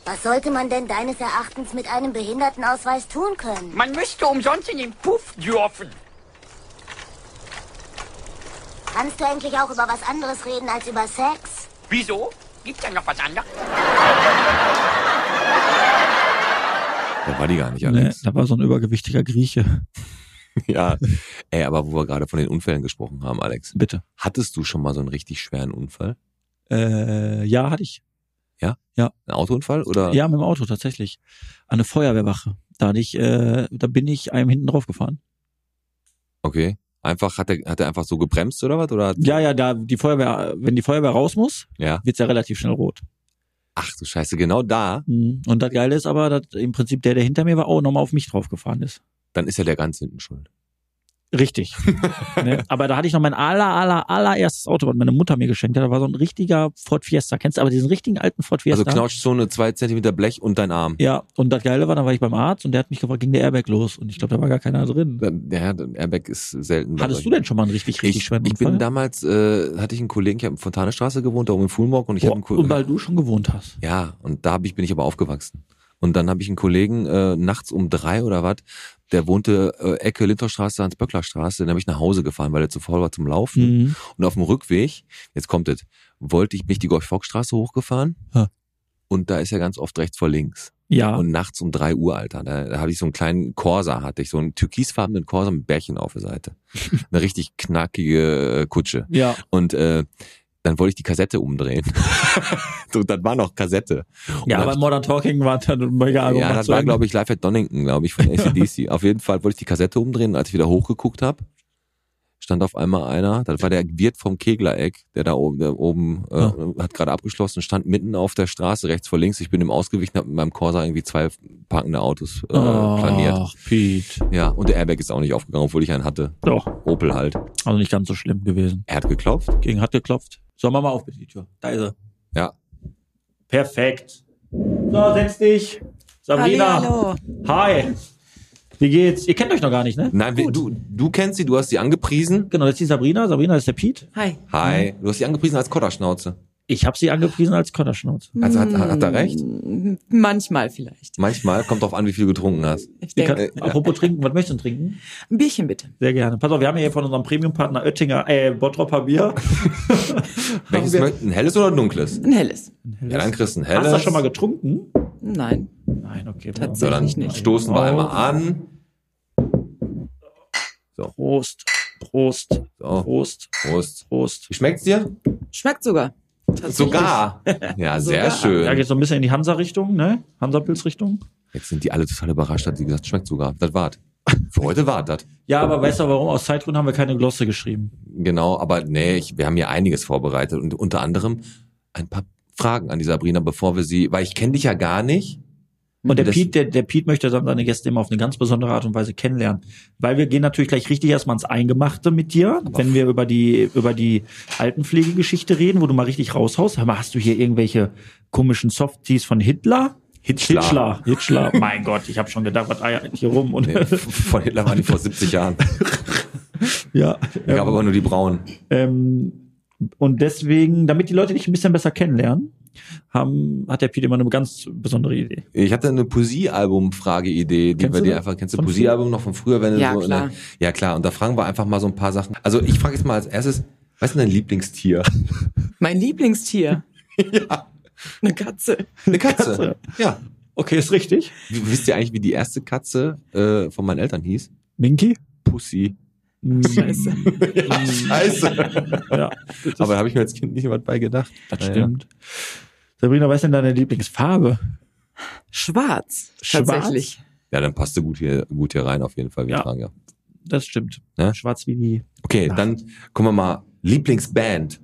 D: Was sollte man denn deines Erachtens mit einem Behindertenausweis tun können?
E: Man müsste umsonst in den Puff dürfen.
D: Kannst du eigentlich auch über was anderes reden als über Sex?
E: Wieso? Gibt's da noch was anderes?
B: Da war die gar nicht,
A: Ne,
B: Alex. [laughs]
A: da war so ein übergewichtiger Grieche. [laughs]
B: Ja. Ey, aber wo wir gerade von den Unfällen gesprochen haben, Alex.
A: Bitte.
B: Hattest du schon mal so einen richtig schweren Unfall?
A: Äh, ja, hatte ich.
B: Ein Autounfall oder?
A: Ja, mit dem Auto tatsächlich. An eine Feuerwehrwache. Da, hatte ich, äh, da bin ich einem hinten drauf gefahren.
B: Okay. Einfach, hat er, hat er einfach so gebremst oder was? Oder hat,
A: Ja, ja, da die Feuerwehr, wenn die Feuerwehr raus muss,
B: ja.
A: wird's ja relativ schnell rot.
B: Ach du Scheiße, genau da,
A: Mhm. Und das Geile ist aber, dass im Prinzip der, der hinter mir war, auch nochmal auf mich draufgefahren ist.
B: dann ist ja der ganz hinten schuld. [laughs]
A: Richtig. ne? Aber da hatte ich noch mein aller, aller, allererstes Auto, was meine Mutter mir geschenkt hat. Da war so ein richtiger Ford Fiesta. Kennst du aber diesen richtigen alten Ford Fiesta?
B: Also Knautschzone, zwei Zentimeter Blech und dein Arm.
A: Ja, und das Geile war, dann war ich beim Arzt und der hat mich gefragt, ging der Airbag los? Und ich glaube, da war gar keiner drin.
B: Dann- Ja, der Airbag ist selten. bei
A: Hattest du
B: solchen.
A: denn schon mal einen richtig, richtig
B: ich,
A: schweren
B: ich bin
A: Unfall?
B: damals, äh, hatte ich einen Kollegen, ich habe in Fontanestraße gewohnt, da oben in Fulmorg und ich
A: Boah,
B: habe einen Ko-
A: und weil du schon gewohnt hast.
B: Ja, und da hab ich, bin ich aber aufgewachsen. Und dann habe ich einen Kollegen äh, nachts um drei oder was, der wohnte äh, Ecke Lintorstraße, Hans-Böckler-Straße, den habe ich nach Hause gefahren, weil er zu faul war zum Laufen.
A: Mhm.
B: Und auf dem Rückweg, jetzt kommt es, wollte ich mich die Gorch-Fock-Straße hochgefahren
A: Ja.
B: und da ist ja ganz oft rechts vor links.
A: Ja.
B: Und nachts um drei Uhr, Alter, da, da hatte ich so einen kleinen Corsa, hatte ich so einen türkisfarbenen Corsa mit Bärchen auf der Seite. Eine richtig knackige äh, Kutsche.
A: ja.
B: Und äh, dann wollte ich die
A: [laughs]
B: Kassette umdrehen. so, dann war noch Kassette. Und
A: Ja,
B: dann
A: aber Modern Talking war dann mega.
B: ja, das war, glaube ich, Live at Donington, glaube ich, von
A: [laughs]
B: ACDC. auf jeden Fall wollte ich die Kassette umdrehen und als ich wieder hochgeguckt habe, stand auf einmal einer, das war der Wirt vom Keglereck, der da oben, der oben äh, hat gerade abgeschlossen, stand mitten auf der Straße, rechts vor links. Ich bin ihm ausgewichen, habe mit meinem Corsa irgendwie zwei parkende Autos äh, planiert.
A: Ach, Pete.
B: Ja, und der Airbag ist auch nicht aufgegangen, obwohl ich einen hatte.
A: Doch,
B: Opel halt.
A: also nicht ganz so schlimm gewesen.
B: Er hat geklopft.
A: Gegen hat geklopft. So, mach mal auf bitte die Tür. Da ist er.
B: Ja.
A: Perfekt. So, setz dich. Sabrina.
F: Hallihallo.
A: Hi. Wie geht's? Ihr kennt euch noch gar nicht, ne?
B: Nein, wir, du, du kennst sie, du hast sie angepriesen.
A: Genau, das ist die Sabrina. Sabrina ist der Pete.
F: Hi.
B: Hi. Du hast sie angepriesen als Kotterschnauze.
A: Ich habe sie angepriesen als Kotterschnauz.
B: Also hat, hat er recht?
F: Manchmal vielleicht.
B: Manchmal kommt drauf an, wie viel du getrunken hast.
F: Ich
A: Kann,
F: denke.
A: Apropos trinken, was möchtest du denn trinken?
F: Ein Bierchen bitte.
A: Sehr gerne. Pass auf, wir haben ja hier von unserem Premium-Partner Oettinger, äh, Bottropper Bier.
B: Welches
A: wir-
B: möchten? Ein helles oder ein dunkles?
F: Ein helles.
B: Ja, dann kriegst du ein helles.
A: Hast du das schon mal getrunken?
F: Nein.
A: Nein, okay.
B: so, dann
F: Tatsächlich nicht.
B: stoßen wir
A: Oh.
B: einmal an.
A: Prost, Prost,
B: So,
A: Prost,
B: Prost.
A: Prost.
B: Schmeckt's dir?
F: Schmeckt sogar. Tatsächlich.
B: Sogar. Ja, sehr
F: Sogar.
A: Ja,
B: schön.
A: geht so ein bisschen in die Hansa-Richtung, ne? Hansa-Pilz-Richtung.
B: Jetzt sind die alle total überrascht, hat sie gesagt, schmeckt sogar. Das wart. Für heute wart das.
A: Ja, aber weißt du warum? Aus Zeitgründen haben wir keine Glosse geschrieben.
B: Genau, aber nee, ich, wir haben hier einiges vorbereitet und unter anderem ein paar Fragen an die Sabrina, bevor wir sie, weil ich kenne dich ja gar nicht.
A: Und der
B: Das-
A: Piet, der, der Piet möchte dann seine Gäste immer auf eine ganz besondere Art und Weise kennenlernen. Weil wir gehen natürlich gleich richtig erstmal ins Eingemachte mit dir, wenn wir über die, über die Altenpflegegeschichte reden, wo du mal richtig raushaust. Hör mal, hast du hier irgendwelche komischen Softies von Hitler?
B: Hitschler.
A: Hitler, Hitler. [laughs] mein Gott, ich habe schon gedacht, was eiert hier rum? Und
B: Nee, [laughs] von Hitler waren die vor 70 Jahren.
A: [laughs] ja,
B: Ich gab aber nur die braunen.
A: Ähm, und deswegen, damit die Leute dich ein bisschen besser kennenlernen, haben, hat der Pete immer eine ganz besondere Idee.
B: Ich hatte eine Poesie-Album-Frage-Idee, die
A: Kennst
B: wir
A: du
B: dir
A: das?
B: einfach, kennst du
A: Von
B: Poesie-Album noch von früher, wenn du
F: Ja,
B: so
F: klar.
B: In der, ja, klar. Und da fragen wir einfach mal so ein paar Sachen. Also ich frage jetzt mal als erstes, was ist denn dein
A: [laughs]
B: Lieblingstier?
F: Mein Lieblingstier. Eine Katze.
B: Eine Katze.
A: Katze.
B: Ja.
A: Okay, ist richtig.
B: W- Wisst ihr eigentlich, wie die erste Katze äh, von meinen Eltern hieß?
A: Minky?
B: Pussy.
F: Scheiße.
B: Scheiße.
A: Hm. [laughs] Ja, das,
B: [laughs] Aber da habe ich mir als Kind nicht was bei gedacht.
A: das
B: Naja.
A: stimmt. Sabrina, was ist denn deine Lieblingsfarbe?
F: Schwarz.
A: Schwarz?
F: Tatsächlich.
B: Ja, dann passt du gut hier, gut hier rein auf jeden Fall. Wir
A: Ja.
B: fragen ja.
A: Das stimmt.
B: Ja?
A: Schwarz wie die.
B: Okay,
A: Nacht.
B: dann kommen wir mal. Lieblingsband.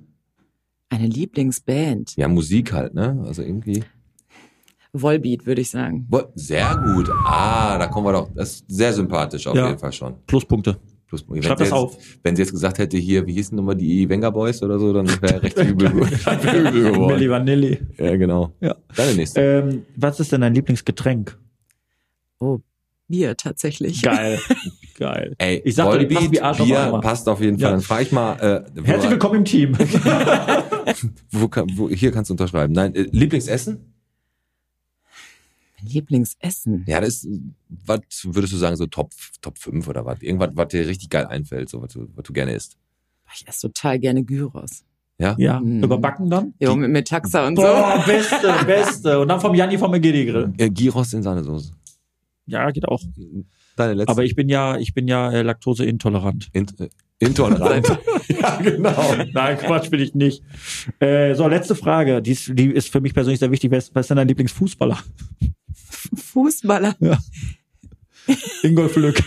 F: Eine Lieblingsband.
B: Ja, Musik halt, ne? Also irgendwie.
F: Volbeat würde ich sagen.
B: Wo- Sehr gut. Ah, da kommen wir doch. Das ist sehr sympathisch auf
A: Ja.
B: jeden Fall schon.
A: Pluspunkte.
B: Plus, wenn
A: Schreib
B: sie
A: das
B: jetzt,
A: auf.
B: Wenn sie jetzt gesagt hätte, hier, wie hießen nochmal die Wenger Boys oder so, dann
A: [laughs]
B: wäre recht übel, [laughs] wär übel
A: Milli
B: geworden.
A: Vanilli.
B: Ja, genau.
A: Ja.
B: Deine nächste.
A: Ähm, was ist denn dein Lieblingsgetränk?
F: Oh, Bier tatsächlich.
A: Geil. [laughs] Geil.
B: Ey,
A: ich sag doch, die
B: Volbeat,
A: passen wie Arsch auf
B: Bier
A: Eimer.
B: passt auf jeden
A: Ja.
B: Fall. Dann frage ich mal, äh,
A: Herzlich
B: wo,
A: willkommen im Team.
B: wo, kann- wo, hier kannst du unterschreiben. Nein, äh, Lieblingsessen?
F: Mein Lieblingsessen.
B: Ja, das ist, was würdest du sagen, so Top, Top 5 oder was? Irgendwas, was dir richtig geil einfällt, so was du, was du gerne isst.
F: Ich esse total gerne Gyros.
B: Ja?
A: [laughs] Ja,
F: Mhm.
A: überbacken dann?
F: Jo, mit, mit Taxa und so.
A: Boah, beste, beste. Und dann vom Janni vom Megiddi Grill.
B: Äh, Gyros in Sahnesoße.
A: Ja, geht auch.
B: Deine letzte.
A: Aber ich bin ja, ich bin ja äh, laktoseintolerant.
B: In, äh,
A: [laughs]
B: intolerant. ja, genau.
A: Nein, Quatsch bin ich nicht. Äh, so, letzte Frage. Die ist, die ist für mich persönlich sehr wichtig. Wer ist, wer ist denn dein Lieblingsfußballer?
F: Fußballer.
A: Ja. [laughs] Ingolf Lück.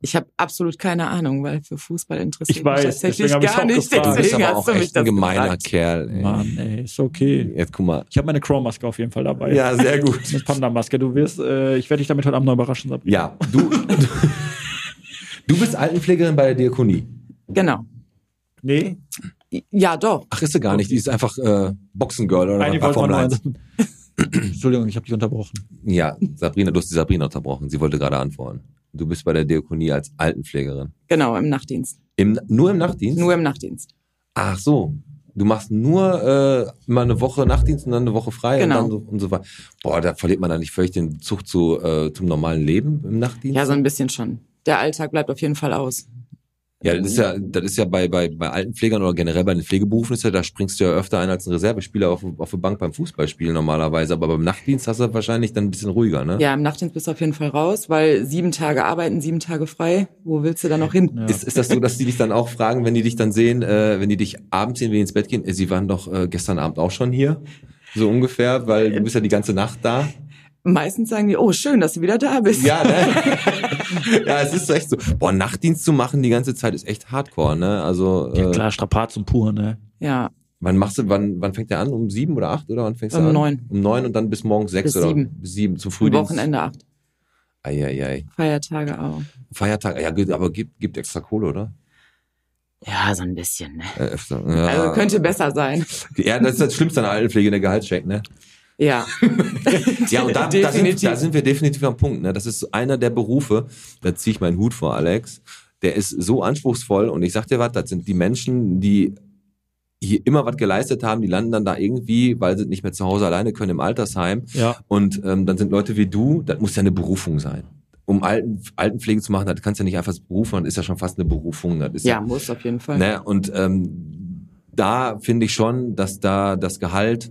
F: Ich habe absolut keine Ahnung, weil für Fußball interessiert
A: Ich
F: mich
A: weiß,
F: tatsächlich
A: deswegen hab
F: gar
A: ich's auch
F: nicht.
A: gefragt.
B: Du bist
F: Deswegen
B: aber
F: hast
B: auch
F: du mich
B: echt ein
F: das
B: gemeiner
F: gefragt.
B: Kerl. Ey.
A: Mann, ey, ist okay.
B: Jetzt guck mal.
A: Ich habe meine Crow-Maske auf jeden Fall dabei.
B: Ja, sehr gut.
A: Eine Panda-Maske. Du wirst, äh, ich werde dich damit heute Abend noch überraschen. Sabrina.
B: Ja, du, du bist Altenpflegerin bei der Diakonie.
F: Genau.
A: Nee,
F: Ja, doch.
B: Ach, ist sie gar nicht. Die ist einfach äh, Boxengirl oder
A: eigentlich
B: was?
A: wollte
B: Formel
A: man
B: 1.
A: nur- [clears throat] Entschuldigung, ich habe dich unterbrochen.
B: Ja, Sabrina, du hast die Sabrina unterbrochen. Sie wollte gerade antworten. Du bist bei der Diakonie als Altenpflegerin.
F: Genau, im Nachtdienst.
B: Im, nur im Nachtdienst?
F: Nur im Nachtdienst.
B: Ach so. Du machst nur äh, mal eine Woche Nachtdienst und dann eine Woche frei
F: Genau.
B: und dann so, und so weiter. Boah, da verliert man da nicht völlig den Zug zu, äh, zum normalen Leben im Nachtdienst?
F: Ja, so ein bisschen schon. Der Alltag bleibt auf jeden Fall aus.
B: Ja, das ist ja, das ist ja bei, bei, bei Altenpflegern oder generell bei den Pflegeberufen ist ja, da springst du ja öfter ein als ein Reservespieler auf, auf der Bank beim Fußballspielen normalerweise, aber beim Nachtdienst hast du wahrscheinlich dann ein bisschen ruhiger, ne?
F: Ja, im Nachtdienst bist du auf jeden Fall raus, weil sieben Tage arbeiten, sieben Tage frei. Wo willst du da noch hin?
B: Ist, ist das so, dass die dich dann auch fragen, wenn die dich dann sehen, äh, wenn die dich abends sehen, wenn die ins Bett gehen, äh, sie waren doch äh, gestern Abend auch schon hier? So ungefähr, weil du bist ja die ganze Nacht da.
F: Meistens sagen die, oh, schön, dass du wieder da bist.
B: Ja, ne? [laughs] ja, es ist echt so. Boah, Nachtdienst zu machen die ganze Zeit ist echt hardcore, ne? Also,
A: Ja,
B: äh,
A: klar, Strapaz und pur, ne?
F: ja.
B: wann machst du, wann, wann fängt der an? Um sieben oder acht oder wann fängst du
F: Um
B: an?
F: neun.
B: Um neun und dann bis morgens sechs
F: Bis
B: oder
F: sieben.
B: bis sieben zum
F: Am
B: Frühdienst.
F: Wochenende acht.
B: Eieiei.
F: Feiertage auch.
B: Feiertag, ja, gut, aber gibt, gibt extra Kohle, oder?
F: Ja, so ein bisschen, ne?
B: Äh, öfter. Ja.
F: Also könnte besser sein.
B: ja, das ist das Schlimmste an der Altenpflege, der Gehaltscheck,
F: [laughs]
B: ne?
F: Ja.
B: Ja, und da, da, sind,
F: Definitiv.
B: da sind wir definitiv am Punkt. Ne? Das ist einer der Berufe, da ziehe ich meinen Hut vor, Alex. Der ist so anspruchsvoll und ich sag dir was, das sind die Menschen, die hier immer was geleistet haben, die landen dann da irgendwie, weil sie nicht mehr zu Hause alleine können im Altersheim.
A: Ja.
B: Und ähm, dann sind Leute wie du, das muss ja eine Berufung sein. Um Alten, Altenpflege zu machen, das kannst du ja nicht einfach als Beruf machen, das ist ja schon fast eine Berufung. Das ist
F: Ja, muss auf jeden Fall.
B: Ne? Und ähm, da finde ich schon, dass da das Gehalt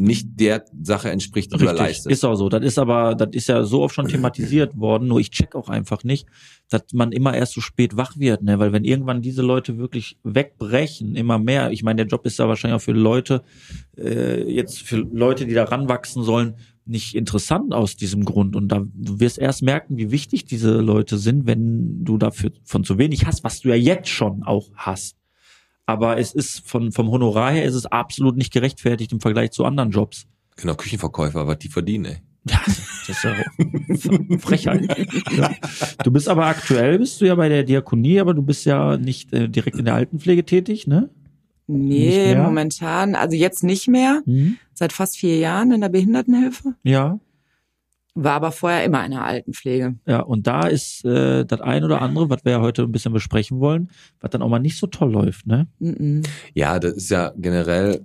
B: nicht der Sache entspricht, die du da
A: Richtig,
B: leistest.
A: ist auch so. Das ist aber, das ist ja so oft schon thematisiert worden, nur ich check auch einfach nicht, dass man immer erst so spät wach wird, ne? Weil wenn irgendwann diese Leute wirklich wegbrechen, immer mehr, ich meine, der Job ist ja wahrscheinlich auch für Leute, äh, jetzt für Leute, die da ranwachsen sollen, nicht interessant aus diesem Grund. Und da du wirst erst merken, wie wichtig diese Leute sind, wenn du dafür von zu wenig hast, was du ja jetzt schon auch hast. Aber es ist von, vom Honorar her ist es absolut nicht gerechtfertigt im Vergleich zu anderen Jobs.
B: Genau, Küchenverkäufer, was die verdienen, ey.
A: Ja, das ist ja auch Frechheit. [laughs] Ja. Du bist aber aktuell, bist du ja bei der Diakonie, aber du bist ja nicht äh, direkt in der Altenpflege tätig, ne? Nicht
F: Nee,
A: mehr?
F: momentan, also jetzt nicht mehr.
A: Mhm.
F: Seit fast vier Jahren in der Behindertenhilfe.
A: Ja.
F: War aber vorher immer in der Altenpflege.
A: Ja, und da ist äh, das ein oder andere, was wir ja heute ein bisschen besprechen wollen, was dann auch mal nicht so toll läuft, ne?
F: Mhm.
B: Ja, das ist ja generell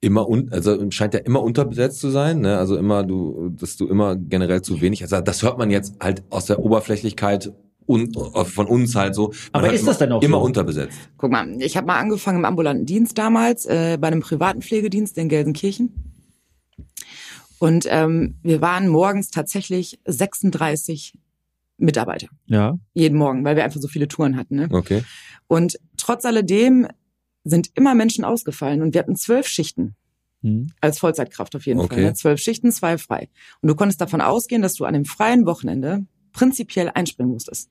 B: immer un also scheint ja immer unterbesetzt zu sein, ne? Also immer du, dass du immer generell zu wenig. Also das hört man jetzt halt aus der Oberflächlichkeit un von uns halt so. Man
A: Aber
B: hört
A: ist das
B: immer-
A: denn auch
B: immer
A: so?
B: unterbesetzt?
F: Guck mal, ich habe mal angefangen im ambulanten Dienst damals, äh, bei einem privaten Pflegedienst in Gelsenkirchen. Und ähm, wir waren morgens tatsächlich 36 Mitarbeiter.
A: Ja.
F: Jeden Morgen, weil wir einfach so viele Touren hatten. Ne?
B: Okay.
F: Und trotz alledem sind immer Menschen ausgefallen. Und wir hatten zwölf Schichten.
A: Hm.
F: Als Vollzeitkraft auf jeden
B: Okay.
F: Fall. Ne? Zwölf Schichten, zwei frei. Und du konntest davon ausgehen, dass du an dem freien Wochenende prinzipiell einspringen musstest.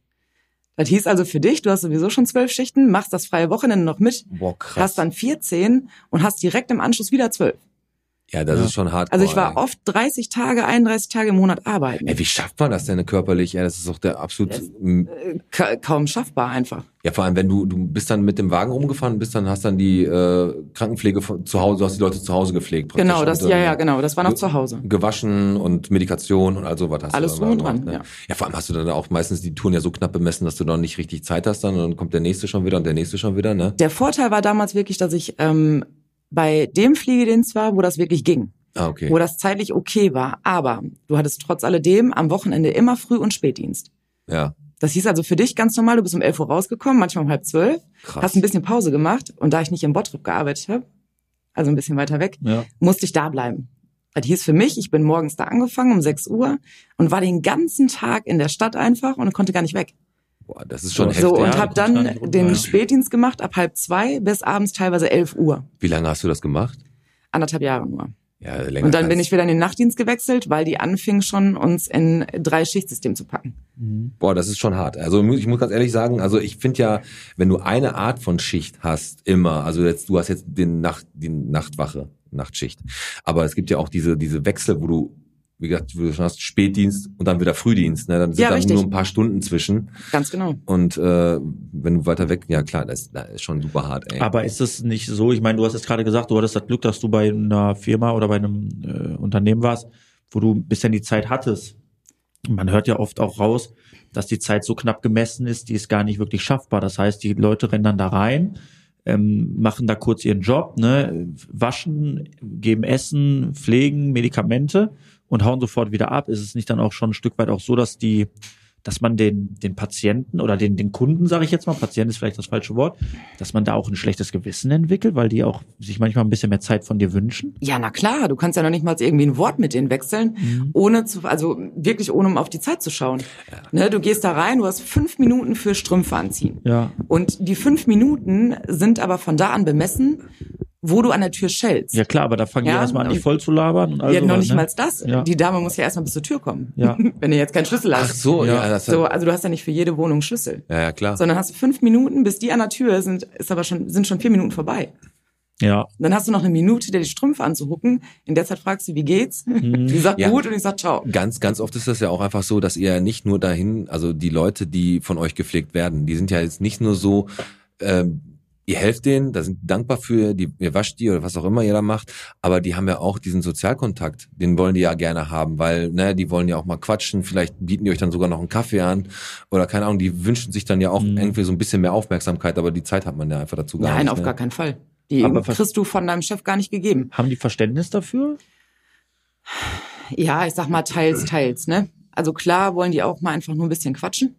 F: Das hieß also für dich, du hast sowieso schon zwölf Schichten, machst das freie Wochenende noch mit,
B: Boah, krass.
F: hast dann 14 und hast direkt im Anschluss wieder 12.
B: ja, das
A: Ja.
B: ist schon hart.
F: Also ich war oft 30 Tage, 31 Tage im Monat arbeiten.
B: Ey, wie schafft man das denn körperlich? Ja, das ist doch der absolut.
F: Ka kaum schaffbar einfach.
B: Ja, vor allem, wenn du, du bist dann mit dem Wagen rumgefahren bist, dann hast dann die äh, Krankenpflege von, zu Hause, du hast die Leute zu Hause gepflegt. praktisch.
F: Genau, das,
B: Und,
F: ja,
B: äh,
F: ja, genau, das war noch
B: ge-
F: zu Hause.
B: Gewaschen und Medikation und also was hast
F: Alles
B: du dann
F: drum
B: da
F: und
B: gemacht,
F: dran,
B: ne?
F: ja.
B: ja, vor allem hast du dann auch meistens die Touren ja so knapp bemessen, dass du dann nicht richtig Zeit hast dann und dann kommt der nächste schon wieder und der nächste schon wieder, ne?
F: Der Vorteil war damals wirklich, dass ich ähm, bei dem Fliegedienst war, wo das wirklich ging,
B: Ah, okay.
F: wo das zeitlich okay war. Aber du hattest trotz alledem am Wochenende immer Früh- und Spätdienst.
B: Ja,
F: Das hieß also für dich ganz normal, du bist um 11 Uhr rausgekommen, manchmal um halb zwölf,
B: krass.
F: hast ein bisschen Pause gemacht und da ich nicht im Bottrop gearbeitet habe, also ein bisschen weiter weg,
A: Ja.
F: musste ich da bleiben. Das hieß für mich, ich bin morgens da angefangen um 6 Uhr und war den ganzen Tag in der Stadt einfach und konnte gar nicht weg.
B: Boah, das ist schon heftig.
F: so,
A: ja,
F: und
A: du
F: habe
A: kommst gar
F: dann
A: nicht runter,
F: den
A: ja.
F: Spätdienst gemacht ab halb zwei bis abends teilweise 11 Uhr.
B: Wie lange hast du das gemacht?
F: Anderthalb Jahre nur.
B: Ja, länger
F: Und dann bin
B: kann's-
F: ich wieder in den Nachtdienst gewechselt, weil die anfingen schon, uns in drei Schichtsystem zu packen.
B: Boah, das ist schon hart. Also mu- ich muss ganz ehrlich sagen, also ich finde ja, wenn du eine Art von Schicht hast, immer, also jetzt, du hast jetzt den Nacht, die Nachtwache, Nachtschicht. Aber es gibt ja auch diese, diese Wechsel, wo du, wie gesagt, wo du schon hast, Spätdienst und dann wieder Frühdienst, ne? Dann sind
F: Ja,
B: da
F: richtig.
B: nur ein paar Stunden zwischen.
F: Ganz genau.
B: Und äh, wenn du weiter weg, ja klar, das, das ist schon super hart, ey.
A: Aber ist es nicht so, ich meine, du hast jetzt gerade gesagt, du hattest das Glück, dass du bei einer Firma oder bei einem äh, Unternehmen warst, wo du ein bisschen die Zeit hattest. Man hört ja oft auch raus, dass die Zeit so knapp gemessen ist, die ist gar nicht wirklich schaffbar. Das heißt, die Leute rennen dann da rein, ähm, machen da kurz ihren Job, ne, waschen, geben Essen, pflegen, Medikamente und hauen sofort wieder ab. Ist es nicht dann auch schon ein Stück weit auch so, dass die, dass man den, den Patienten oder den, den Kunden, sage ich jetzt mal, Patient ist vielleicht das falsche Wort, dass man da auch ein schlechtes Gewissen entwickelt, weil die auch sich manchmal ein bisschen mehr Zeit von dir wünschen?
F: Ja, na klar, du kannst ja noch nicht mal irgendwie ein Wort mit denen wechseln, ohne zu, also wirklich ohne um auf die Zeit zu schauen. Ne, du gehst da rein, du hast fünf Minuten für Strümpfe anziehen.
A: Ja.
F: Und die fünf Minuten sind aber von da an bemessen, wo du an der Tür schellst.
A: Ja klar, aber da fangen die
F: Ja,
A: erstmal an, dich
F: und-
A: voll zu labern und all
F: ja, noch
A: sowas,
F: nicht
A: ne?
F: mal das.
A: Ja.
F: Die Dame muss ja erstmal bis zur Tür kommen.
A: Ja.
F: [laughs] Wenn du jetzt keinen Schlüssel
B: Ach
F: hast.
B: so, ja, das
F: So, also du hast ja nicht für jede Wohnung Schlüssel.
B: ja, ja klar.
F: Sondern hast du fünf Minuten, bis die an der Tür sind, ist aber schon, sind schon vier Minuten vorbei.
A: Ja.
F: Und dann hast du noch eine Minute, dir die Strümpfe anzuhucken. In der Zeit fragst du, wie geht's?
A: Mhm.
F: [laughs] Die sagt
B: Ja.
F: gut und ich sag ciao.
B: Ganz, ganz oft ist das ja auch einfach so, dass ihr nicht nur dahin, also die Leute, die von euch gepflegt werden, die sind ja jetzt nicht nur so, ähm, ihr helft denen, da sind die dankbar für, die, ihr wascht die oder was auch immer ihr da macht, aber die haben ja auch diesen Sozialkontakt, den wollen die ja gerne haben, weil, ne, die wollen ja auch mal quatschen, vielleicht bieten die euch dann sogar noch einen Kaffee an oder keine Ahnung, die wünschen sich dann ja auch irgendwie so ein bisschen mehr Aufmerksamkeit, aber die Zeit hat man ja einfach dazu gar
F: Mhm. Nein,
B: nicht.
F: auf
B: ne?
F: gar keinen Fall. Die
A: Aber ver-
F: kriegst du von deinem Chef gar nicht gegeben.
A: Haben die Verständnis dafür?
F: Ja, ich sag mal teils, teils, ne? Also klar wollen die auch mal einfach nur ein bisschen quatschen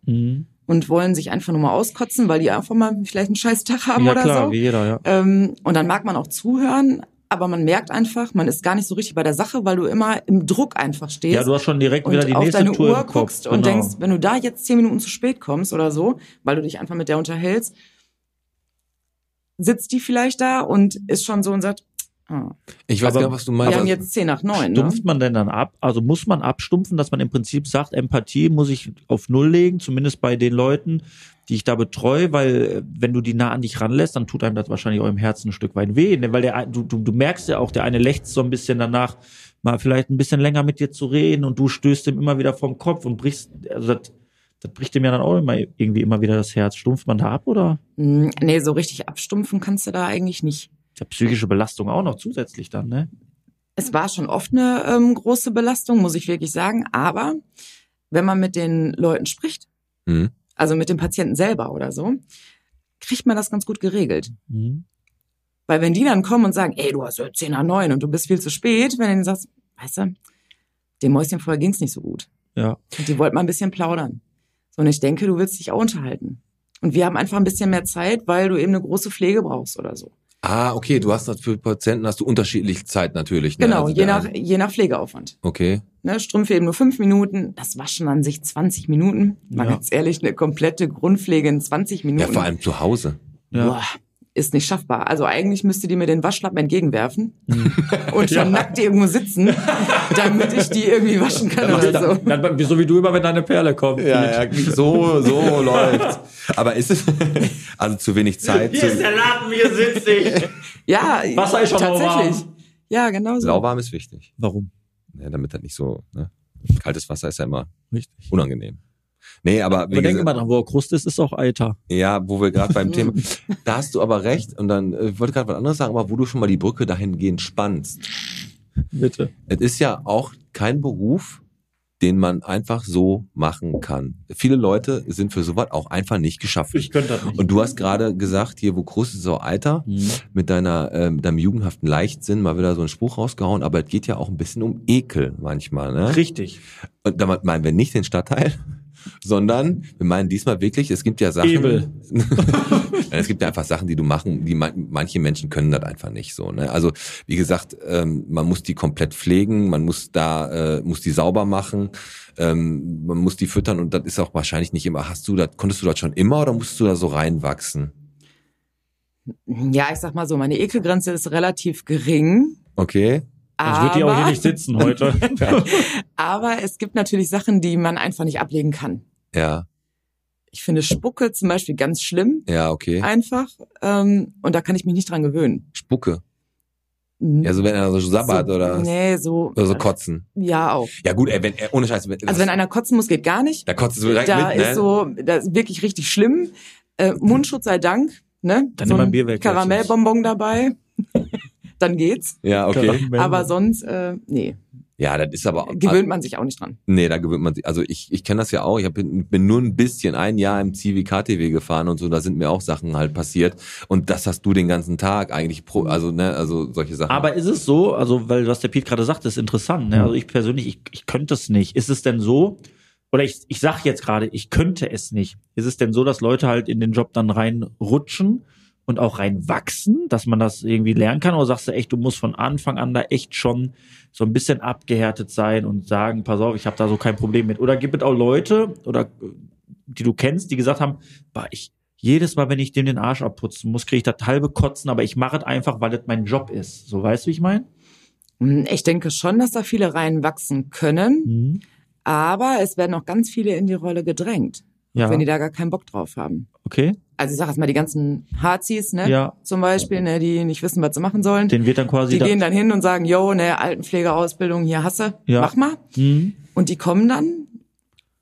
F: und wollen sich einfach nur mal auskotzen, weil die einfach mal vielleicht einen scheiß Tag haben
A: ja
F: oder
A: klar,
F: so.
A: wie jeder, ja.
F: Ähm, und dann mag man auch zuhören, aber man merkt einfach, man ist gar nicht so richtig bei der Sache, weil du immer im Druck einfach stehst.
A: Ja, du hast schon direkt
F: und
A: wieder die
F: auf
A: nächste
F: deine
A: Tour
F: Uhr
A: im Kopf.
F: guckst und
A: Genau.
F: denkst, wenn du da jetzt zehn Minuten zu spät kommst oder so, weil du dich einfach mit der unterhältst, sitzt die vielleicht da und ist schon so und sagt, ah,
B: Ich weiß
A: Aber-
B: gar nicht, was du
F: wir
B: meinst.
F: haben
B: Also-
F: jetzt zehn nach neun. Ne?
A: Stumpft man denn dann ab? Also muss man abstumpfen, dass man im Prinzip sagt, Empathie muss ich auf Null legen, zumindest bei den Leuten, die ich da betreue, weil äh, wenn du die nah an dich ranlässt, dann tut einem das wahrscheinlich auch im Herzen ein Stück weit weh, ne? weil der, ein- du, du, du merkst ja auch, der eine lächzt so ein bisschen danach, mal vielleicht ein bisschen länger mit dir zu reden und du stößt ihm immer wieder vom Kopf und brichst, also das, das bricht dem ja dann auch immer irgendwie immer wieder das Herz. Stumpft man da ab oder?
F: Hm, Nee, so richtig abstumpfen kannst du da eigentlich nicht.
A: Ja, psychische Belastung auch noch zusätzlich dann, ne?
F: Es war schon oft eine ähm, große Belastung, muss ich wirklich sagen. Aber wenn man mit den Leuten spricht,
B: Mhm.
F: also mit dem Patienten selber oder so, kriegt man das ganz gut geregelt.
A: Mhm.
F: Weil wenn die dann kommen und sagen, ey, du hast ja 10 nach 9 und du bist viel zu spät, wenn du denen sagst, weißt du, dem Mäuschen vorher ging's nicht so gut.
A: Ja.
F: Und die wollten mal ein bisschen plaudern. So, und ich denke, du willst dich auch unterhalten. Und wir haben einfach ein bisschen mehr Zeit, weil du eben eine große Pflege brauchst oder so.
B: Ah, okay, du hast das für Patienten hast du unterschiedliche Zeit natürlich. Ne?
F: Genau,
B: Also
F: je
B: der
F: nach,
B: eine-
F: je nach Pflegeaufwand.
B: Okay.
F: Ne, Strümpfe eben nur fünf Minuten, das Waschen an sich 20 Minuten. Mal
A: Ja.
F: ganz ehrlich, eine komplette Grundpflege in 20 Minuten.
B: Ja, vor allem zu Hause.
A: Ja.
F: Boah, ist nicht schaffbar. Also eigentlich müsste die mir den Waschlappen entgegenwerfen
A: Mhm.
F: [laughs] und schon nackt irgendwo sitzen, damit ich die irgendwie waschen kann oder so.
A: Also, Dann, so wie du immer, wenn deine Perle kommt.
B: Ja, ja, so, [laughs] so läuft. Aber ist es [laughs] also zu wenig Zeit, zu,
A: der Laden, hier sitze ich.
F: Ja,
A: Wasser ist schon mal
F: tatsächlich.
A: warm.
F: Ja, genau so.
B: lauwarm ist wichtig,
A: Warum?
B: ja, damit das nicht so ne? kaltes Wasser ist ja immer
A: Richtig.
B: unangenehm. Nee, aber wie
A: Aber denk
B: gesagt-
A: immer dran, wo Krust ist, ist auch Eiter.
B: Ja, wo wir gerade [laughs] beim Thema. Da hast du aber recht. Und dann äh, ich wollte gerade was anderes sagen, aber wo du schon mal die Brücke dahingehend spannst.
A: Bitte.
B: Es ist ja auch kein Beruf, den man einfach so machen kann. Viele Leute sind für sowas auch einfach nicht geschaffen.
A: Ich könnte das nicht.
B: Und du hast gerade gesagt, hier, wo groß ist so Alter,
A: Mhm.
B: mit deiner, äh, mit deinem jugendhaften Leichtsinn mal wieder so einen Spruch rausgehauen, aber es geht ja auch ein bisschen um Ekel manchmal, ne?
A: Richtig.
B: Und damit meinen wir nicht den Stadtteil, [laughs] sondern wir meinen diesmal wirklich, es gibt ja Sachen.
A: Ebel.
B: [laughs] es gibt ja einfach Sachen, die du machen, die man, manche Menschen können das einfach nicht so, ne? Also, wie gesagt, ähm, man muss die komplett pflegen, man muss da, äh, muss die sauber machen, ähm, man muss die füttern und das ist auch wahrscheinlich nicht immer. Hast du das, konntest du das schon immer oder musstest du da so reinwachsen?
F: Ja, ich sag mal so, meine Ekelgrenze ist relativ gering,
B: Okay.
A: Sonst wird die auch hier
F: Aber-
A: nicht sitzen heute. [laughs]
F: Aber es gibt natürlich Sachen, die man einfach nicht ablegen kann.
B: Ja,
F: Ich finde Spucke zum Beispiel ganz schlimm,
B: ja, okay.
F: einfach. Ähm, und da kann ich mich nicht dran gewöhnen.
B: Spucke. Ja, so wenn er so sabbert
F: so,
B: oder,
F: Nee, so.
B: oder so kotzen.
F: ja, auch.
B: Ja gut, ey, wenn, ey, ohne Scheiß. Wenn, das-
F: Also wenn einer kotzen muss, geht gar nicht.
B: da kotzt es so direkt
F: da
B: mit,
F: ist
B: ne?
F: so, das ist wirklich richtig schlimm. Äh, Mundschutz sei Dank, ne?
A: Dann
F: so
A: nimm mal
F: ein
A: Bier weg, [laughs]
F: Karamellbonbon dabei. Dann geht's.
B: ja, okay.
F: Aber sonst, äh, nee,
B: Ja, das ist aber
F: Äh,
B: Ah,
F: gewöhnt man sich auch nicht dran.
B: Nee, da gewöhnt man sich. Also ich, ich kenne das ja auch. Ich hab, bin bin nur ein bisschen ein Jahr im CW-KTW gefahren und so. Da sind mir auch Sachen halt passiert. Und das hast du den ganzen Tag eigentlich pro, also ne, also solche Sachen.
A: Aber ist es so, also weil was der Piet gerade sagt, ist interessant. Ne? Also ich persönlich, ich, ich könnte es nicht. Ist es denn so, oder ich, ich sage jetzt gerade, ich könnte es nicht. Ist es denn so, dass Leute halt in den Job dann reinrutschen und auch reinwachsen, dass man das irgendwie lernen kann? Oder sagst du echt, du musst von Anfang an da echt schon so ein bisschen abgehärtet sein und sagen, pass auf, ich habe da so kein Problem mit. Oder gibt es auch Leute, oder äh, die du kennst, die gesagt haben, boah, ich jedes Mal, wenn ich dem den Arsch abputzen muss, kriege ich das halbe Kotzen, aber ich mache es einfach, weil es mein Job ist. So weißt du, wie ich meine?
F: Hm, Ich denke schon, dass da viele reinwachsen können, aber es werden auch ganz viele in die Rolle gedrängt,
A: Ja.
F: wenn die da gar keinen Bock drauf haben.
A: Okay.
F: Also ich sage jetzt mal die ganzen Hazis, ne?
A: Ja.
F: Zum Beispiel, ne, die nicht wissen, was sie machen sollen.
A: Den wird dann quasi
F: die
A: da-
F: gehen dann hin und sagen, yo, ne, Altenpflegeausbildung, hier hasse,
A: Ja.
F: mach mal.
A: Mhm.
F: Und die kommen dann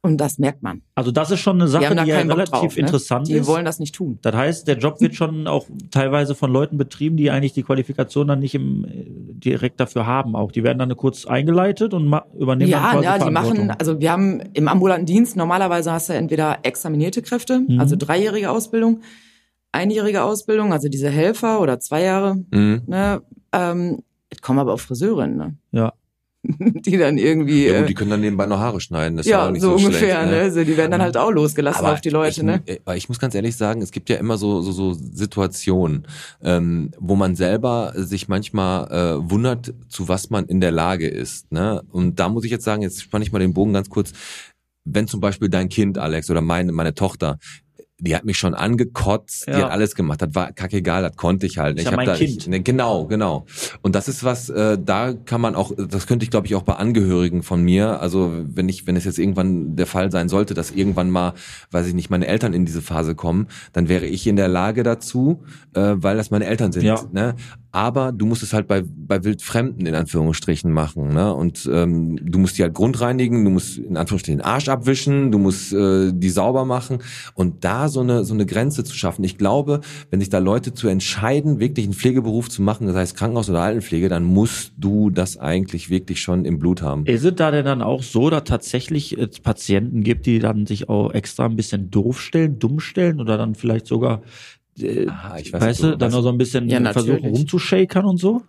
F: und das merkt man.
A: Also das ist schon eine
F: Die
A: Sache,
F: haben da
A: die ja
F: keinen Bock
A: relativ
F: drauf. Ne?
A: interessant
F: die
A: ist.
F: wollen das nicht tun.
A: das heißt, der Job wird schon auch teilweise von Leuten betrieben, die eigentlich die Qualifikation dann nicht im, äh, direkt dafür haben. Auch die werden dann kurz eingeleitet und ma- übernehmen dann
F: Ja,
A: quasi
F: ja, die machen,
A: Verantwortung.
F: also wir haben im ambulanten Dienst, normalerweise hast du entweder examinierte Kräfte,
A: Mhm.
F: also dreijährige Ausbildung, einjährige Ausbildung, also diese Helfer oder zwei Jahre,
B: Mhm.
F: ne, ähm, jetzt kommen aber auch Friseurinnen, ne,
A: Ja.
F: [laughs] die dann irgendwie,
B: Ja
F: äh,
B: gut, die können dann nebenbei noch Haare schneiden. Das ist ja
F: ja,
B: auch nicht
F: so,
B: so,
F: ungefähr,
B: schlecht,
F: ne, also die werden dann halt auch losgelassen auf die Leute,
B: ich,
F: ne.
B: äh, aber ich muss ganz ehrlich sagen, es gibt ja immer so so, so Situationen, ähm, wo man selber sich manchmal äh, wundert, zu was man in der Lage ist. Ne? Und da muss ich jetzt sagen, jetzt spanne ich mal den Bogen ganz kurz. Wenn zum Beispiel dein Kind, Alex, oder meine, meine Tochter, die hat mich schon angekotzt, die
A: Ja.
B: hat alles gemacht, das war kackegal, das konnte ich halt.
A: Ist
B: ich
A: ja
B: hab
A: mein
B: da,
A: Kind.
B: Ich, ne, genau, genau. Und das ist was, äh, da kann man auch, das könnte ich glaube ich auch bei Angehörigen von mir, also wenn ich, wenn es jetzt irgendwann der Fall sein sollte, dass irgendwann mal, weiß ich nicht, meine Eltern in diese Phase kommen, dann wäre ich in der Lage dazu, äh, weil das meine Eltern sind.
A: Ja.
B: Ne? Aber du musst es halt bei, bei Wildfremden in Anführungsstrichen machen. Ne? Und ähm, du musst die halt grundreinigen, du musst in Anführungsstrichen den Arsch abwischen, du musst äh, die sauber machen. Und da so eine, so eine Grenze zu schaffen. Ich glaube, wenn sich da Leute zu entscheiden, wirklich einen Pflegeberuf zu machen, das heißt Krankenhaus oder Altenpflege, dann musst du das eigentlich wirklich schon im Blut haben.
A: Ist es da denn dann auch so, dass tatsächlich es Patienten gibt, die dann sich auch extra ein bisschen doof stellen, dumm stellen oder dann vielleicht sogar, äh,
B: Ah, ich weiß,
A: weißt
B: was
A: du, dann
B: meinst.
A: noch so ein bisschen
F: Ja,
A: versuchen
F: natürlich.
A: rumzushakern und so?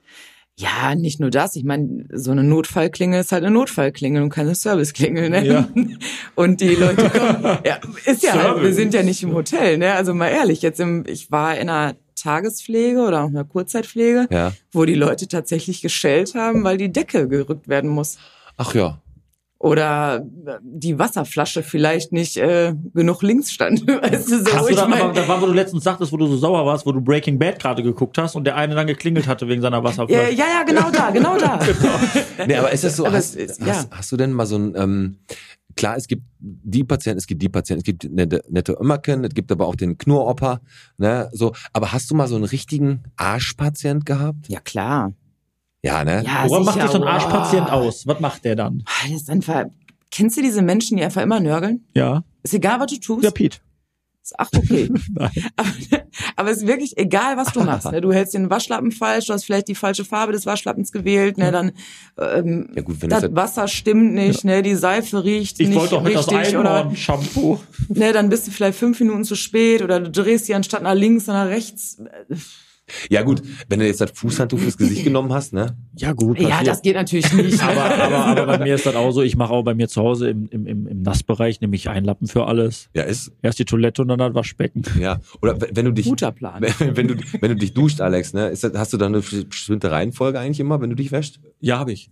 F: Ja, nicht nur das. Ich meine, so eine Notfallklinge ist halt eine Notfallklinge und keine Serviceklinge. Ne?
A: Ja.
F: [laughs] Und die Leute [laughs] kommen. Ja, ist ja halt, wir
A: Service.
F: sind ja nicht im Hotel. Ne? Also mal ehrlich, jetzt im, ich war in einer Tagespflege oder auch einer Kurzzeitpflege,
B: Ja.
F: wo die Leute tatsächlich geschellt haben, weil die Decke gerückt werden muss.
B: Ach ja.
F: Oder äh, die Wasserflasche vielleicht nicht äh, genug links stand. [laughs] Weißt du, so,
A: Hast du
F: ich
A: dann
F: mein-
A: aber, das war, wo du letztens sagtest, wo du so sauer warst, wo du Breaking Bad gerade geguckt hast und der eine dann geklingelt hatte wegen seiner
F: ja,
A: Wasserflasche.
F: ja, ja, genau da, genau [laughs] da.
B: Nee, aber ist das so,
F: Aber
B: hast,
F: es ist-
B: hast,
F: ja.
B: hast du denn mal so ein, ähm, klar, es gibt die Patienten, es gibt die Patienten, es gibt nette, nette Ömmerken, es gibt aber auch den Knuroper, ne, so, aber hast du mal so einen richtigen Arschpatient gehabt?
F: Ja, klar.
B: Ja, ne?
F: Ja,
A: Woran macht
F: sicher,
A: dich so ein
F: wow.
A: Arschpatient aus? Was macht der dann?
F: Ah, Das ist einfach. Kennst du diese Menschen, die einfach immer nörgeln?
A: Ja.
F: Ist egal, was du tust.
A: Ja, Piet.
F: ist ach, okay.
A: [laughs] Nein.
F: [laughs] aber, aber es ist wirklich egal,
A: [laughs]
F: was du machst. Ne? Du hältst den Waschlappen falsch, du hast vielleicht die falsche Farbe des Waschlappens gewählt, ne? dann ähm,
B: Ja, gut, wenn
F: das
B: das-
F: Wasser stimmt nicht, ne? die Seife riecht
A: Ich
F: nicht
A: wollte doch mit das
F: richtig oder
A: Einhorn-Shampoo.
F: ne? dann bist du vielleicht fünf Minuten zu spät oder du drehst die anstatt nach links oder nach rechts.
B: halt, Ja, gut, wenn du jetzt das Fußhandtuch fürs
F: [laughs]
B: Gesicht genommen hast, ne?
A: Ja, gut.
F: Ja, das geht natürlich
A: [laughs]
F: nicht.
A: aber, aber, aber bei mir ist das auch so, ich mache auch bei mir zu Hause im, im, im, im Nassbereich, nehme ich einen Lappen für alles.
B: Ja, ist,
A: Erst die Toilette und dann das Waschbecken.
B: ja. Oder wenn wenn du dich,
F: Guter Plan.
B: [laughs] Wenn, wenn du, wenn du dich duscht, Alex, ne, ist das, hast du da eine bestimmte Reihenfolge eigentlich immer, wenn du dich wäschst?
A: Ja, habe ich.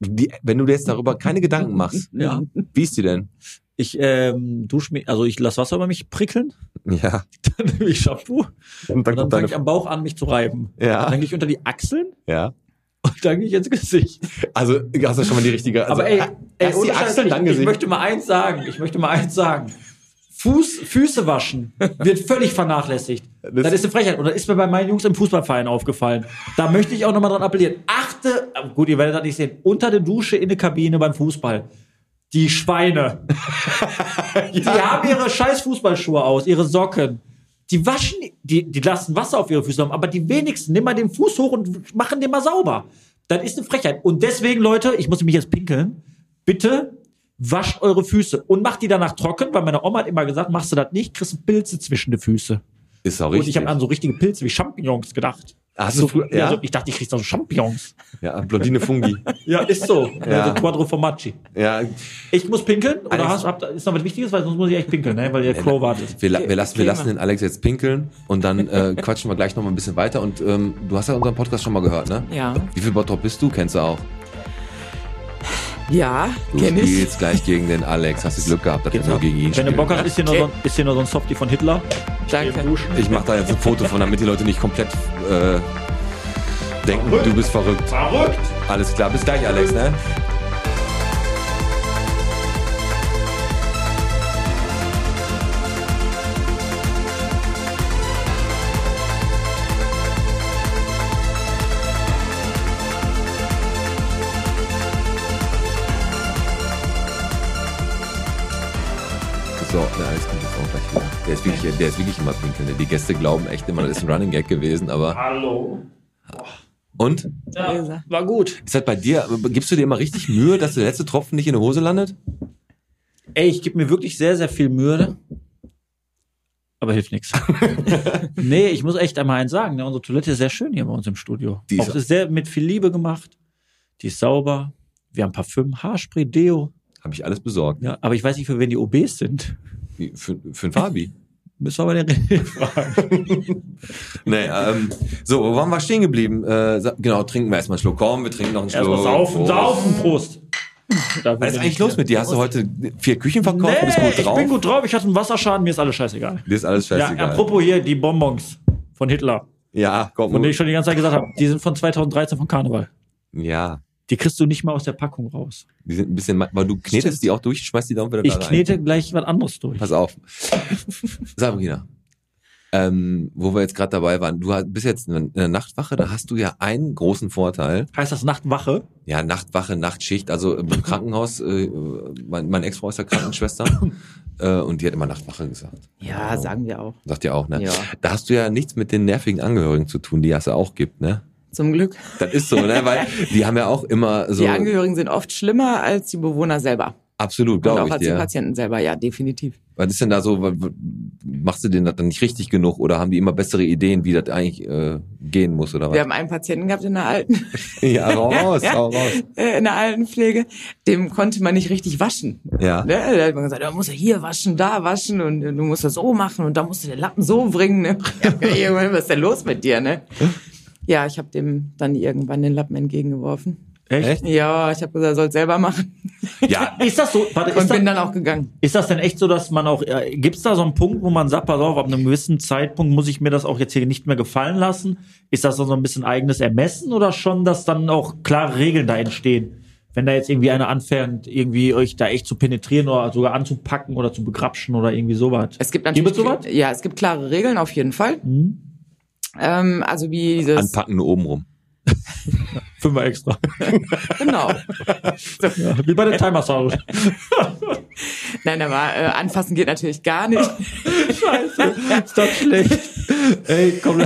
B: Die, wenn du dir jetzt darüber keine Gedanken
F: [laughs]
B: machst,
A: Ja.
B: wie ist die denn?
A: Ich ähm, dusche mich, also ich lasse Wasser über mich prickeln,
B: Ja.
A: [laughs] dann nehme ich Shampoo
B: Und
A: und dann
B: kommt
A: fange
B: deine-
A: ich am Bauch an, mich zu reiben.
B: Ja.
A: Dann gehe ich unter die Achseln [laughs]
B: ja.
A: Und dann gehe ich ins Gesicht.
B: Also hast du schon mal die richtige. Also,
A: Aber ey, ey
B: erst die
A: ohne Scheiß,
B: Achseln, dann
A: ich, ich
B: gesehen.
A: möchte mal eins sagen. Ich möchte mal eins sagen. Fuß, Füße waschen wird völlig vernachlässigt. Das,
B: Das-
A: ist eine Frechheit. Und das ist mir bei meinen Jungs im Fußballverein aufgefallen. Da möchte ich auch nochmal dran appellieren. Achte, gut, ihr werdet das nicht sehen, unter der Dusche in der Kabine beim Fußball. Die Schweine. Die haben ihre scheiß Fußballschuhe aus, ihre Socken. Die waschen, die, die lassen Wasser auf ihre Füße haben, aber die wenigsten nehmen mal den Fuß hoch und machen den mal sauber. Das ist eine Frechheit. Und deswegen, Leute, ich muss mich jetzt pinkeln. Bitte wascht eure Füße und macht die danach trocken, weil meine Oma hat immer gesagt, machst du das nicht, kriegst du Pilze zwischen die Füße.
B: ist auch
A: Und ich habe an so richtige Pilze wie Champignons gedacht.
B: Hast du
A: so,
B: früher-
A: ja?
B: ja?
A: also ich dachte, ich krieg da so Champignons.
B: ja, Blondine
A: [laughs]
B: Fungi.
A: Ja, ist so.
B: Ja.
A: Also Quadro Formaggi.
B: ja.
A: Ich muss pinkeln oder
B: Alex-
A: hast, habt, ist noch was Wichtiges, weil sonst muss ich echt pinkeln, ne? weil der Crow wartet.
B: Wir, la- wir, lassen, wir
F: Thema.
B: lassen den Alex jetzt pinkeln und dann äh, quatschen wir gleich noch mal ein bisschen weiter. Und ähm, du hast ja unseren Podcast schon mal gehört, ne?
F: Ja.
B: Wie viel Bottrop bist du? Kennst du auch?
F: Ja,
B: Du
F: kenn ich.
B: spielst gleich gegen den Alex. Hast du Glück gehabt, dass wir nur gegen ihn
A: Genau. Wenn du
B: spielen.
A: Bock hast, ist hier, noch so, ein- ist hier noch so ein Softie von Hitler.
F: Danke.
B: Ich mache da jetzt ein Foto von, damit die Leute nicht komplett äh, denken, du bist verrückt.
A: Verrückt!
B: Alles klar, bis gleich, Alex, ne? So, der Alex kommt jetzt auch gleich wieder. Der ist wirklich, der ist wirklich immer pinkeln. ne? Die Gäste glauben echt immer, das ist ein Running Gag gewesen, aber.
A: Hallo.
B: Und?
A: Ja, war gut.
B: Ist das bei dir, gibst du dir immer richtig Mühe, dass der letzte Tropfen nicht in der Hose landet?
A: Ey, ich gebe mir wirklich sehr, sehr viel Mühe. Aber hilft
B: [laughs]
A: nichts. nee, ich muss echt einmal eins sagen. Ne? Unsere Toilette ist sehr schön hier bei uns im Studio.
B: Die ist-
A: Auch ist sehr mit viel Liebe gemacht. Die ist sauber. Wir haben Parfüm, Haarspray, Deo.
B: Habe ich alles besorgt.
A: Ja, aber ich weiß nicht, für wen die OBs sind.
B: Wie, Für, für
A: [laughs]
B: den Fabi.
A: Müssen wir mal den René fragen.
B: nee, ähm, so, wo waren wir stehen geblieben? Äh, sa- genau, trinken wir erstmal einen Schluck. Komm, wir trinken noch einen Schluck.
A: Erstmal saufen,
B: Prost.
A: saufen, Prost. Da
B: Was ist eigentlich los mit dir? Hast du heute vier Küchen verkauft?
A: Nee,
B: bist gut drauf?
A: ich bin gut drauf. Ich hatte einen Wasserschaden, mir ist alles scheißegal.
B: Dir ist alles
A: Ja,
B: scheißegal.
A: apropos hier, die Bonbons von Hitler.
B: ja komm.
A: Von denen ich schon die ganze Zeit gesagt habe, die sind von 2013 von Karneval.
B: ja,
A: Die kriegst du nicht mal aus der Packung raus.
B: die sind ein bisschen, ma- weil du knetest die auch durch, schmeißt die dann wieder
A: Ich
B: da rein.
A: knete gleich was anderes durch.
B: Pass auf. Sabrina, ähm, wo wir jetzt gerade dabei waren, du hast- bist jetzt in der Nachtwache, da hast du ja einen großen Vorteil.
A: Heißt das Nachtwache?
B: Ja, Nachtwache, Nachtschicht, also
F: [laughs]
B: im Krankenhaus, äh, mein, meine Ex-Frau ist ja Krankenschwester äh, und die hat immer Nachtwache gesagt.
F: Ja, sagen wir auch.
B: Sagt ihr auch, ne?
F: Ja.
B: Da hast du ja nichts mit den nervigen Angehörigen zu tun, die es ja auch gibt, ne?
F: Zum Glück.
B: Das ist so, ne? Weil die haben ja auch immer so...
F: Die Angehörigen sind oft schlimmer als die Bewohner selber.
B: absolut,
F: Und
B: glaube
F: auch
B: ich
F: als die
B: dir.
F: Patienten selber, ja, definitiv.
B: Was ist denn da so, wa- wa- machst du denen das dann nicht richtig genug oder haben die immer bessere Ideen, wie das eigentlich äh, gehen muss oder was?
F: Wir haben einen Patienten gehabt in der alten,
B: [laughs]
F: [laughs]
B: Ja, raus, hau raus.
F: äh, in der alten Pflege, dem konnte man nicht richtig waschen.
B: Ja.
F: Ne? Da hat man gesagt, da musst du hier waschen, da waschen und äh, du musst das so machen und da musst du den Lappen so bringen. Ne? [laughs] Ich hab gedacht, Junge, Was ist denn los mit dir? Ne? Ja, ich habe dem dann irgendwann den Lappen entgegengeworfen.
A: Echt?
F: Ja, ich habe gesagt, er soll selber machen
B: Ja,
A: Ist das so? Warte,
F: und
A: ist,
F: bin
A: das,
F: dann auch gegangen.
A: ist das denn echt so, dass man auch, äh, gibt's da so einen Punkt, wo man sagt, pass auf, ab einem gewissen Zeitpunkt muss ich mir das auch jetzt hier nicht mehr gefallen lassen? Ist das dann so ein bisschen eigenes Ermessen oder schon, dass dann auch klare Regeln da entstehen? Wenn da jetzt irgendwie einer anfängt, irgendwie euch da echt zu penetrieren oder sogar anzupacken oder zu begrapschen oder irgendwie sowas.
F: Es gibt natürlich
A: Gibt es sowas?
F: ja, es gibt klare Regeln auf jeden Fall. Ähm, also wie dieses
B: anpacken nur oben rum.
A: Fünfer extra.
F: genau.
A: Wie bei der
F: [laughs]
A: Timer-Saurus.
F: Nein, aber äh, anfassen geht natürlich gar nicht.
A: Ist das schlecht? Ey, komm,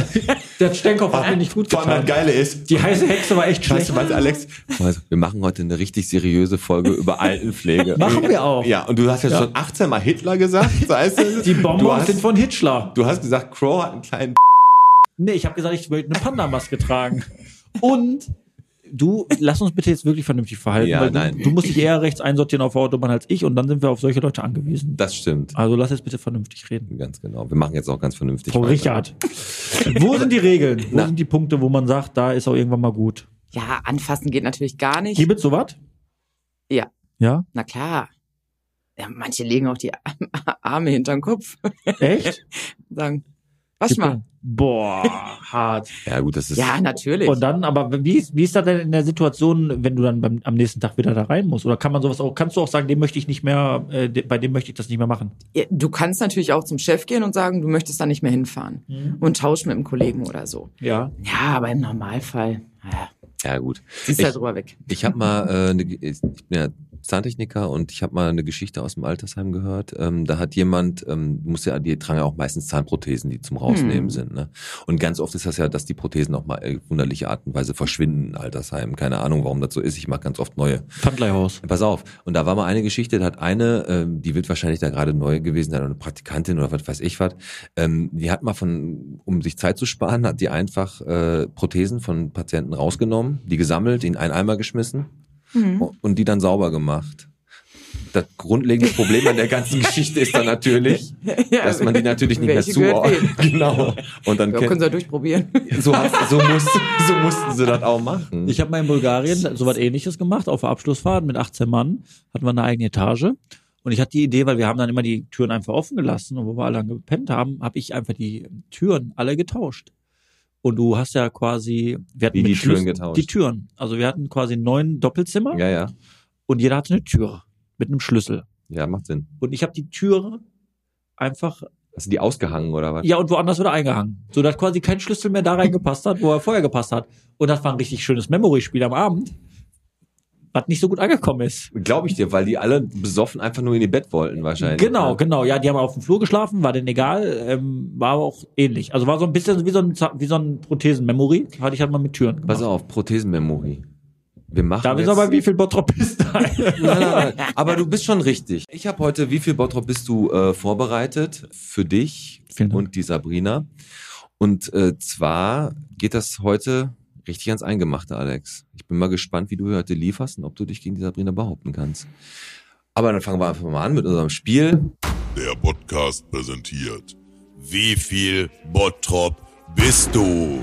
A: der Stenkopf [laughs] hat mir nicht gut getan.
B: Geile ist,
A: Die heiße Hexe war echt schlecht.
B: Alex? Also, wir machen heute eine richtig seriöse Folge über Altenpflege.
A: [laughs] Machen wir auch.
B: Ja, und du hast ja, schon 18 Mal Hitler gesagt. Das heißt,
A: Die
B: du
A: Bonbons
B: hast,
A: sind von Hitchler.
B: du hast gesagt, Crow hat einen kleinen
A: Nee, ich habe gesagt, ich möchte eine Pandamaske tragen. Und du, lass uns bitte jetzt wirklich vernünftig verhalten.
B: Ja,
A: weil du,
B: nein.
A: du musst dich eher rechts einsortieren auf der Autobahn als ich und dann sind wir auf solche Leute angewiesen.
B: Das stimmt.
A: Also lass jetzt bitte vernünftig reden.
B: Ganz genau. Wir machen jetzt auch ganz vernünftig.
A: Frau
B: weiter.
A: Richard, wo sind die Regeln? Wo
B: Na.
A: sind die Punkte, wo man sagt, da ist auch irgendwann mal gut?
F: Ja, anfassen geht natürlich gar nicht.
A: Gibt es sowas?
F: Ja.
A: Ja?
F: Na klar. [laughs] Ja, manche legen auch die Arme hinterm Kopf.
A: Echt?
F: Sagen, Was mal?
A: Boah, hart.
B: Ja, gut, das ist.
F: Ja, natürlich.
A: Und dann, aber wie, ist- wie ist das denn in der Situation, wenn du dann beim, am nächsten Tag wieder da rein musst? Oder kann man sowas auch, kannst du auch sagen, dem möchte ich nicht mehr, äh, de- bei dem möchte ich das nicht mehr machen?
F: Ja, Du kannst natürlich auch zum Chef gehen und sagen, du möchtest da nicht mehr hinfahren
B: Mhm.
F: und tauschen mit einem Kollegen oder so.
A: Ja.
F: Ja, aber im Normalfall naja,
B: Ja, gut.
F: siehst du ja
B: [laughs]
F: drüber weg.
B: Ich habe mal äh, ne, ich bin ja Zahntechniker und ich habe mal eine Geschichte aus dem Altersheim gehört. Ähm, da hat jemand, ähm, muss ja, die tragen ja auch meistens Zahnprothesen, die zum Rausnehmen
F: Hm.
B: sind. Ne? Und ganz oft ist das ja, dass die Prothesen auch mal äh, wunderliche Art und Weise verschwinden in Altersheimen. Keine Ahnung, warum das so ist. Ich mache ganz oft neue.
A: Pfandleihhaus.
B: Pass auf. Und da war mal eine Geschichte, da hat eine, ähm, die wird wahrscheinlich da gerade neu gewesen sein, eine Praktikantin oder was weiß ich was, ähm, die hat mal von, um sich Zeit zu sparen, hat die einfach äh, Prothesen von Patienten rausgenommen, die gesammelt, in einen Eimer geschmissen
F: Mhm.
B: o- und die dann sauber gemacht. Das grundlegende Problem an der
F: [laughs]
B: ganzen Geschichte ist dann natürlich,
F: Ja,
B: dass man die natürlich nicht mehr
F: welche gehört
B: zuordnet. [laughs] Genau. Und dann
F: Ja, können
B: kennt,
F: sie ja durchprobieren. [laughs]
B: so, hat- so, muss, so mussten sie das auch machen.
A: Ich habe mal in [laughs] Bulgarien so was ähnliches gemacht, auf der Abschlussfahrt mit 18 Mann, hatten wir eine eigene Etage. Und ich hatte die Idee, weil wir haben dann immer die Türen einfach offen gelassen und wo wir alle dann gepennt haben, habe ich einfach die Türen alle getauscht. Und du hast ja quasi, wir hatten
B: Wie
A: mit
B: die Türen
A: Schlüssel-
B: getauscht?
A: Die Türen. Also wir hatten quasi neun Doppelzimmer
B: ja, ja.
A: und jeder hatte eine Tür mit einem Schlüssel.
B: Ja, macht Sinn.
A: Und ich habe die Türe einfach,
B: Hast du die ausgehangen oder was?
A: ja, und woanders wieder eingehangen. So dass quasi kein Schlüssel mehr da reingepasst hat, wo er vorher gepasst hat. Und das war ein richtig schönes Memory-Spiel am Abend, was nicht so gut angekommen ist.
B: Glaube ich dir, weil die alle besoffen einfach nur in ihr Bett wollten wahrscheinlich.
A: Genau,
B: Ja.
A: genau. Ja, die haben auf dem Flur geschlafen, war denen egal, ähm, war aber auch ähnlich. Also war so ein bisschen wie so ein, Za- wie so ein Prothesen-Memory. Hatte ich halt mal mit Türen. Gemacht.
B: Pass auf, Prothesenmemory. Wir machen
A: da
B: jetzt...
A: ist
B: [laughs]
A: aber, wie viel Bottrop ist da?
B: nein, nein, nein. Aber du bist schon richtig. Ich habe heute, wie viel Bottrop bist du äh, vorbereitet für dich
A: Vielen Dank.
B: und die Sabrina? Und äh, zwar geht das heute richtig ans Eingemachte, Alex. Ich bin mal gespannt, wie du heute lieferst und ob du dich gegen die Sabrina behaupten kannst. Aber dann fangen wir einfach mal an mit unserem Spiel.
C: Der Podcast präsentiert. Wie viel Bottrop bist du?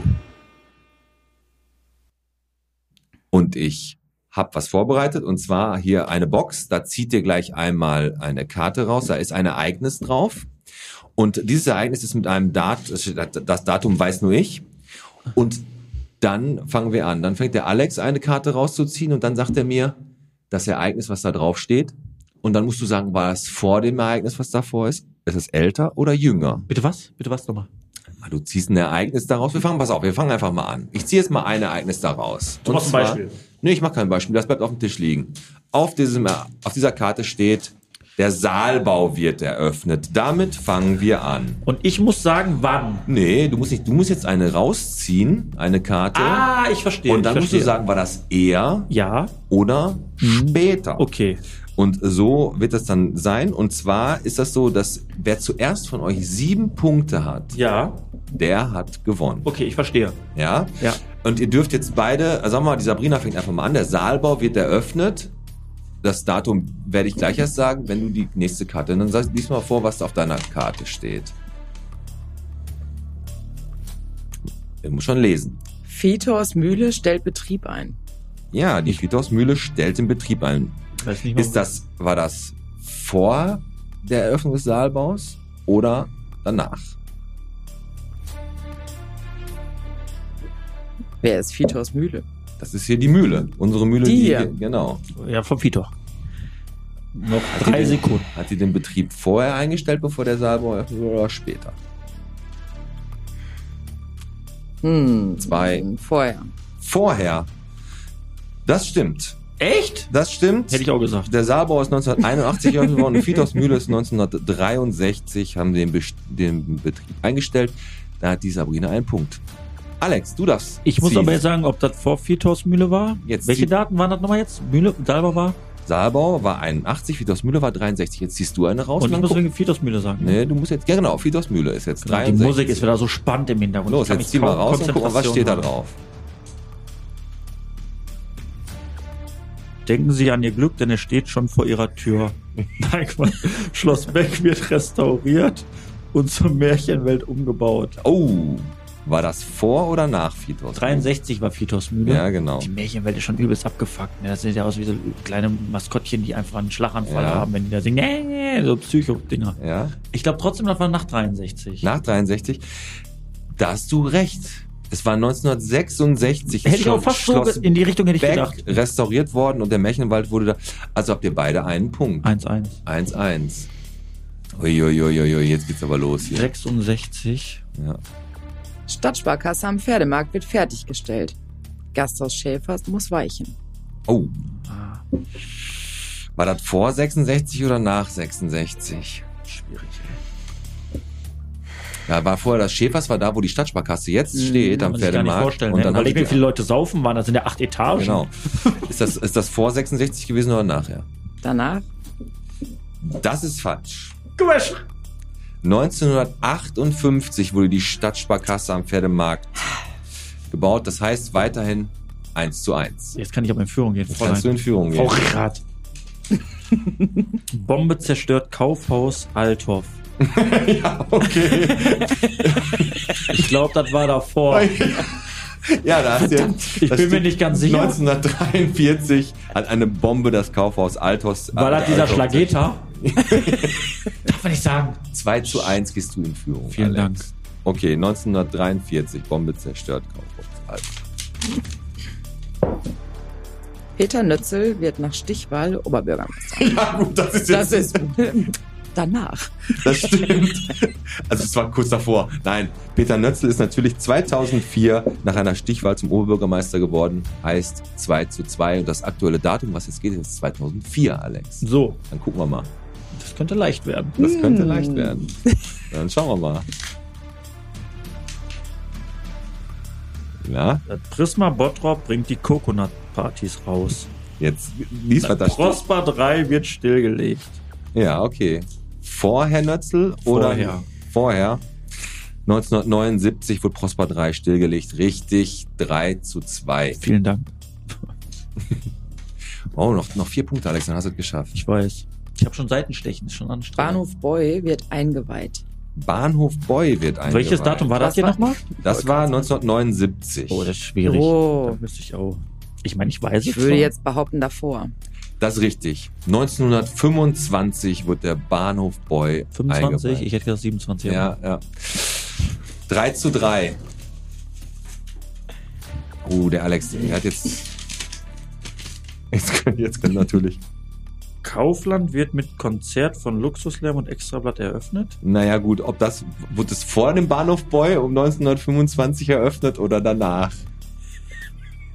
B: Und ich hab was vorbereitet und zwar hier eine Box. Da zieht ihr gleich einmal eine Karte raus. Da ist ein Ereignis drauf. Und dieses Ereignis ist mit einem Datum, das Datum weiß nur ich. Und dann fangen wir an. Dann fängt der Alex eine Karte rauszuziehen und dann sagt er mir das Ereignis, was da drauf steht. Und dann musst du sagen, war es vor dem Ereignis, was davor ist? Ist es älter oder jünger?
A: [laughs] Bitte was? Bitte was nochmal?
B: Ah, Du ziehst ein Ereignis daraus. Wir fangen, pass auf, wir fangen einfach mal an. Ich ziehe jetzt mal ein Ereignis daraus.
A: Du machst ein Beispiel.
B: Nee, ich mache kein Beispiel. Das bleibt auf dem Tisch liegen. Auf, diesem, auf dieser Karte steht, der Saalbau wird eröffnet. Damit fangen wir an.
A: Und ich muss sagen, wann? ne?
B: Nee, du musst nicht, du musst jetzt eine rausziehen, eine Karte.
A: Ah, ich verstehe.
B: und dann
A: ich
B: musst du
A: verstehe.
B: sagen, war das eher
A: ja,
B: oder später.
A: okay.
B: Und so wird das dann sein. Und zwar ist das so, dass wer zuerst von euch sieben Punkte hat,
A: Ja,
B: der hat gewonnen.
A: okay, ich verstehe.
B: Ja?
A: Ja.
B: Und ihr dürft jetzt beide, äh, sagen wir mal, die Sabrina fängt einfach mal an, der Saalbau wird eröffnet. Das Datum werde ich gleich erst sagen, wenn du die nächste Karte. Und dann sag, lies mal vor, was auf deiner Karte steht. Ich muss schon lesen.
F: Fetos Mühle stellt Betrieb ein.
B: Ja, die Friedhofsmühle stellt den Betrieb ein.
A: Weiß
F: Genau.
A: nicht
B: Ist das, war das vor der Eröffnung des Saalbaus oder danach?
F: Wer ist Fetos Mühle?
B: Das ist hier die Mühle. Unsere Mühle,
F: Die
B: die
F: hier.
B: genau.
A: Ja, vom Vitor. Noch
B: Hat
A: drei
B: die den-
A: Sekunden.
B: Hat sie den Betrieb vorher eingestellt, bevor der Saalbau eröffnet wurde, oder später?
F: Hm,
B: Zwei.
F: Vorher.
B: Vorher. Das stimmt.
A: Echt?
B: Das stimmt.
A: Hätte ich auch gesagt.
B: der Saalbau ist 1981 eröffnet worden. Fitos Mühle ist 1963, haben den, Best- den Betrieb eingestellt. Da hat die Sabrina einen Punkt. Alex, du darfst.
A: Ich muss
B: ziehen.
A: aber jetzt sagen, ob das vor Vitos Mühle war.
B: Jetzt
A: Welche
B: zieht-
A: Daten waren das nochmal jetzt? Mühle, Dalba war.
B: Saalbau war 81, Fitos Mühle war 63. Jetzt ziehst du eine raus.
A: Und ich
B: dann
A: muss
B: guck-
A: wegen Vitos Mühle sagen.
B: nee, du musst jetzt. Ja, genau, Fitos Mühle ist jetzt
A: Genau,
B: 63.
A: Die Musik ist wieder so spannend im Hintergrund.
B: Los,
A: Ich kann
B: jetzt
A: mich
B: zieh mal
A: kaum
B: raus und guck mal, was
A: Konzentration
B: steht da
A: halten.
B: drauf.
A: Denken Sie an Ihr Glück, denn es steht schon vor Ihrer Tür. [laughs] Nein, Quatsch. Schloss Beck wird restauriert und zur Märchenwelt umgebaut.
B: Oh, War das vor oder nach Fitos?
A: 63 war Fitos müde.
B: Ja, genau.
A: Die Märchenwelt ist schon übelst abgefuckt. Ne? Das sieht ja aus wie so kleine Maskottchen, die einfach einen Schlaganfall
B: Ja.
A: haben, wenn die da singen. Nee, so Psycho-Dinger.
B: Ja.
A: Ich glaube trotzdem, das war nach 63.
B: Nach 63. Da hast du recht. Es war 1966.
A: Hätte
B: ist
A: ich auch
B: schon
A: fast so
B: Schloss
A: ge- in die Richtung hätte ich
B: Beck
A: gedacht.
B: restauriert worden und der Märchenwald wurde da. Also habt ihr beide einen Punkt.
A: 1-1.
B: 1-1. Uiuiuiui, jetzt geht's aber los hier.
A: 66.
B: Ja.
F: Stadtsparkasse am Pferdemarkt wird fertiggestellt. Gasthaus Schäfers muss weichen.
B: Oh. War das vor 66 oder nach 66?
A: Schwierig.
B: Ja, war vorher das Schäfers, war da, wo die Stadtsparkasse jetzt steht,
A: Hm, Kann man sich gar
B: am
A: nicht
B: Pferdemarkt.
A: vorstellen.
B: Und dann
A: ne?
B: haben die
A: Überleg, wie
B: die
A: viele Leute saufen waren. Das sind ja acht Etagen.
B: Genau. Ist das, ist das vor 66 gewesen oder nachher?
F: Danach
B: Das ist falsch.
A: Gewaschen.
B: 1958 wurde die Stadtsparkasse am Pferdemarkt gebaut. Das heißt weiterhin 1 zu 1.
A: Jetzt kann ich aber in Führung gehen.
B: Kannst du
A: Fräulein.
B: in Führung
A: Frau
B: gehen.
A: Rath. Bombe zerstört Kaufhaus [laughs] Althoff.
B: Okay.
A: Ich glaube, das war davor.
B: [laughs] Ja, da hast du
A: Ich bin mir nicht ganz sicher.
B: 1943 hat eine Bombe das Kaufhaus Altos.
A: War das dieser
B: Altos-
A: [laughs] Schlageter? Darf man nicht sagen.
B: 2 zu 1 gehst du in Führung.
A: Vielen
B: Alex. Dank. Okay, 1943, Bombe zerstört Kaufhaus Altos.
F: Peter Nötzel wird nach Stichwahl Oberbürgermeister.
B: Ja, gut, das ist
F: Das ist [laughs] danach.
B: Das stimmt. Also es war kurz davor. Nein, Peter Nötzl ist natürlich 2004 nach einer Stichwahl zum Oberbürgermeister geworden. Heißt 2 zu 2. Und das aktuelle Datum, was jetzt geht, ist 2004, Alex.
A: So,
B: Dann gucken wir mal.
A: das könnte leicht werden.
B: Das könnte leicht werden. Dann schauen wir mal. Ja,
A: Das Prisma Bottrop bringt die Coconut-Partys raus.
B: jetzt lies was da steht.
A: Prosper 3 wird stillgelegt.
B: Ja, okay. Vorher Nötzl oder
A: Vorher.
B: vorher? 1979 wurde Prosper 3 stillgelegt. Richtig, 3 zu 2.
A: Vielen Dank.
B: Oh, noch, noch vier Punkte, Alex, dann hast du es geschafft.
A: Ich weiß. Ich habe schon Seitenstechen, ist schon anstrengend.
F: Bahnhof Boy wird eingeweiht.
B: Bahnhof Boy wird eingeweiht.
A: Welches Datum war das
F: Was
A: hier
F: war-
A: nochmal?
B: Das war 1979.
A: Oh, das ist schwierig.
F: Oh.
A: Da müsste ich auch. Ich meine, ich weiß
F: Ich
A: es
F: würde
A: schon.
F: jetzt behaupten davor.
B: Das ist richtig. 1925 wird der Bahnhof Boy
A: 25,
B: eingeweiht.
A: ich hätte gesagt 27.
B: ja, ja. 3 zu 3. Oh, der Alex, der hat jetzt... Jetzt können, jetzt können natürlich...
A: Kaufland wird mit Konzert von Luxuslärm und Extrablatt eröffnet.
B: Naja gut, ob das... Wurde es vor dem Bahnhof Boy um 1925 eröffnet oder danach?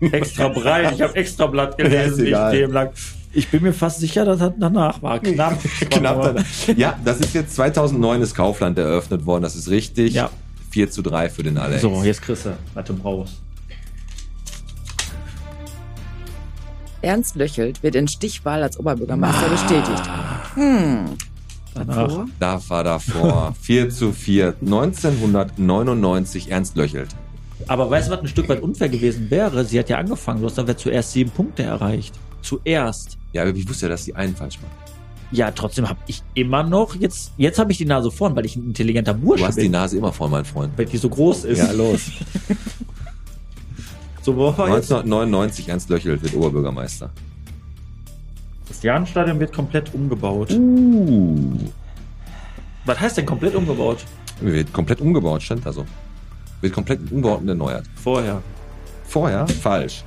A: Extra breit, ich habe Extrablatt
B: [laughs]
A: gelesen, nicht
B: egal.
A: dem lang. Ich bin mir fast sicher, dass das danach war. [laughs] Knapp.
B: Knapp
A: Aber-
B: danach. [laughs] Ja, das ist jetzt 2009 ist Kaufland eröffnet worden, das ist richtig.
A: Ja.
B: 4 zu 3 für den Alex.
A: So, jetzt kriegst du. Warte, raus.
F: Ernst Löchelt wird in Stichwahl als Oberbürgermeister bestätigt.
A: Danach.
B: Da war [laughs] davor. 4 zu 4. 1999 Ernst Löchelt.
A: Aber weißt du, was ein Stück weit unfair gewesen wäre? Sie hat ja angefangen, du hast dann wer zuerst sieben Punkte erreicht. Zuerst.
B: Ja, aber ich wusste ja, dass die einen falsch machen.
A: Ja, trotzdem habe ich immer noch, jetzt, jetzt habe ich die Nase vorn, weil ich ein intelligenter Bursche
B: Du hast die
A: bin,
B: Nase immer voll, mein Freund.
A: weil die so groß ist. [laughs]
B: Ja, los.
A: So, wo war jetzt?
B: 1999 Ernst Löchelt wird Oberbürgermeister.
A: Das Jahnstadion wird komplett umgebaut.
B: Uh.
A: Was heißt denn komplett umgebaut?
B: Wird komplett umgebaut, stand da so. Wird komplett umgebaut und erneuert.
A: Vorher.
B: Vorher? Falsch.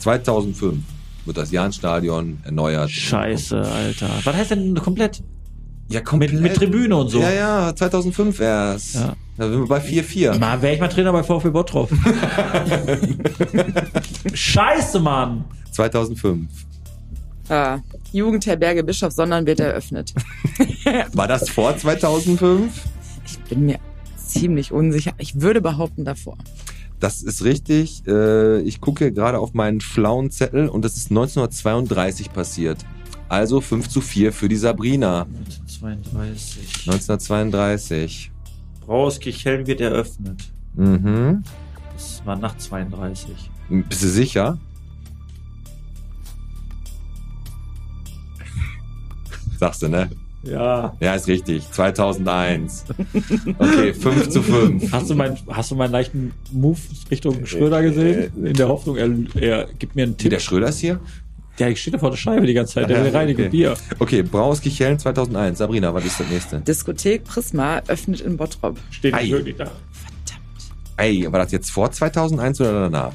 B: 2005 wird das Jahnstadion erneuert.
A: Scheiße, Alter. Was heißt denn komplett?
B: Ja, komplett.
A: Mit, mit Tribüne und so.
B: Ja, ja, 2005 erst.
A: Ja.
B: Da sind wir bei 4-4.
A: Mal wäre ich mal Trainer bei VfB
B: [laughs]
A: Bottrop. Scheiße, Mann.
B: 2005.
F: Ah, Jugendherberge Bischof Sondern wird eröffnet.
B: War das vor 2005?
F: Ich bin mir ziemlich unsicher. Ich würde behaupten davor.
B: Das ist richtig. Äh, Ich gucke gerade auf meinen schlauen Zettel und das ist 1932 passiert. Also 5 zu 4 für die Sabrina.
A: 32.
B: 1932.
A: Brauskirchhelm wird eröffnet.
B: Mhm.
A: Das war nach 32.
B: Bist du sicher? Sagst du, ne?
A: Ja.
B: Ja, ist richtig. 2001. Okay, 5 zu 5.
A: Hast du, meinen, hast du meinen leichten Move Richtung Schröder gesehen? In der Hoffnung, er, er gibt mir einen
B: Wie der
A: Tipp.
B: Schröder ist hier?
A: Der, ich stehe da vor der Scheibe die ganze Zeit, der will reinige
B: okay.
A: Bier.
B: Okay, Braus Kichellen 2001. Sabrina, was ist das nächste?
F: Diskothek Prisma öffnet in Bottrop.
A: Steht
B: Ei.
A: nicht wirklich da.
B: Ey, war das jetzt vor 2001 oder danach?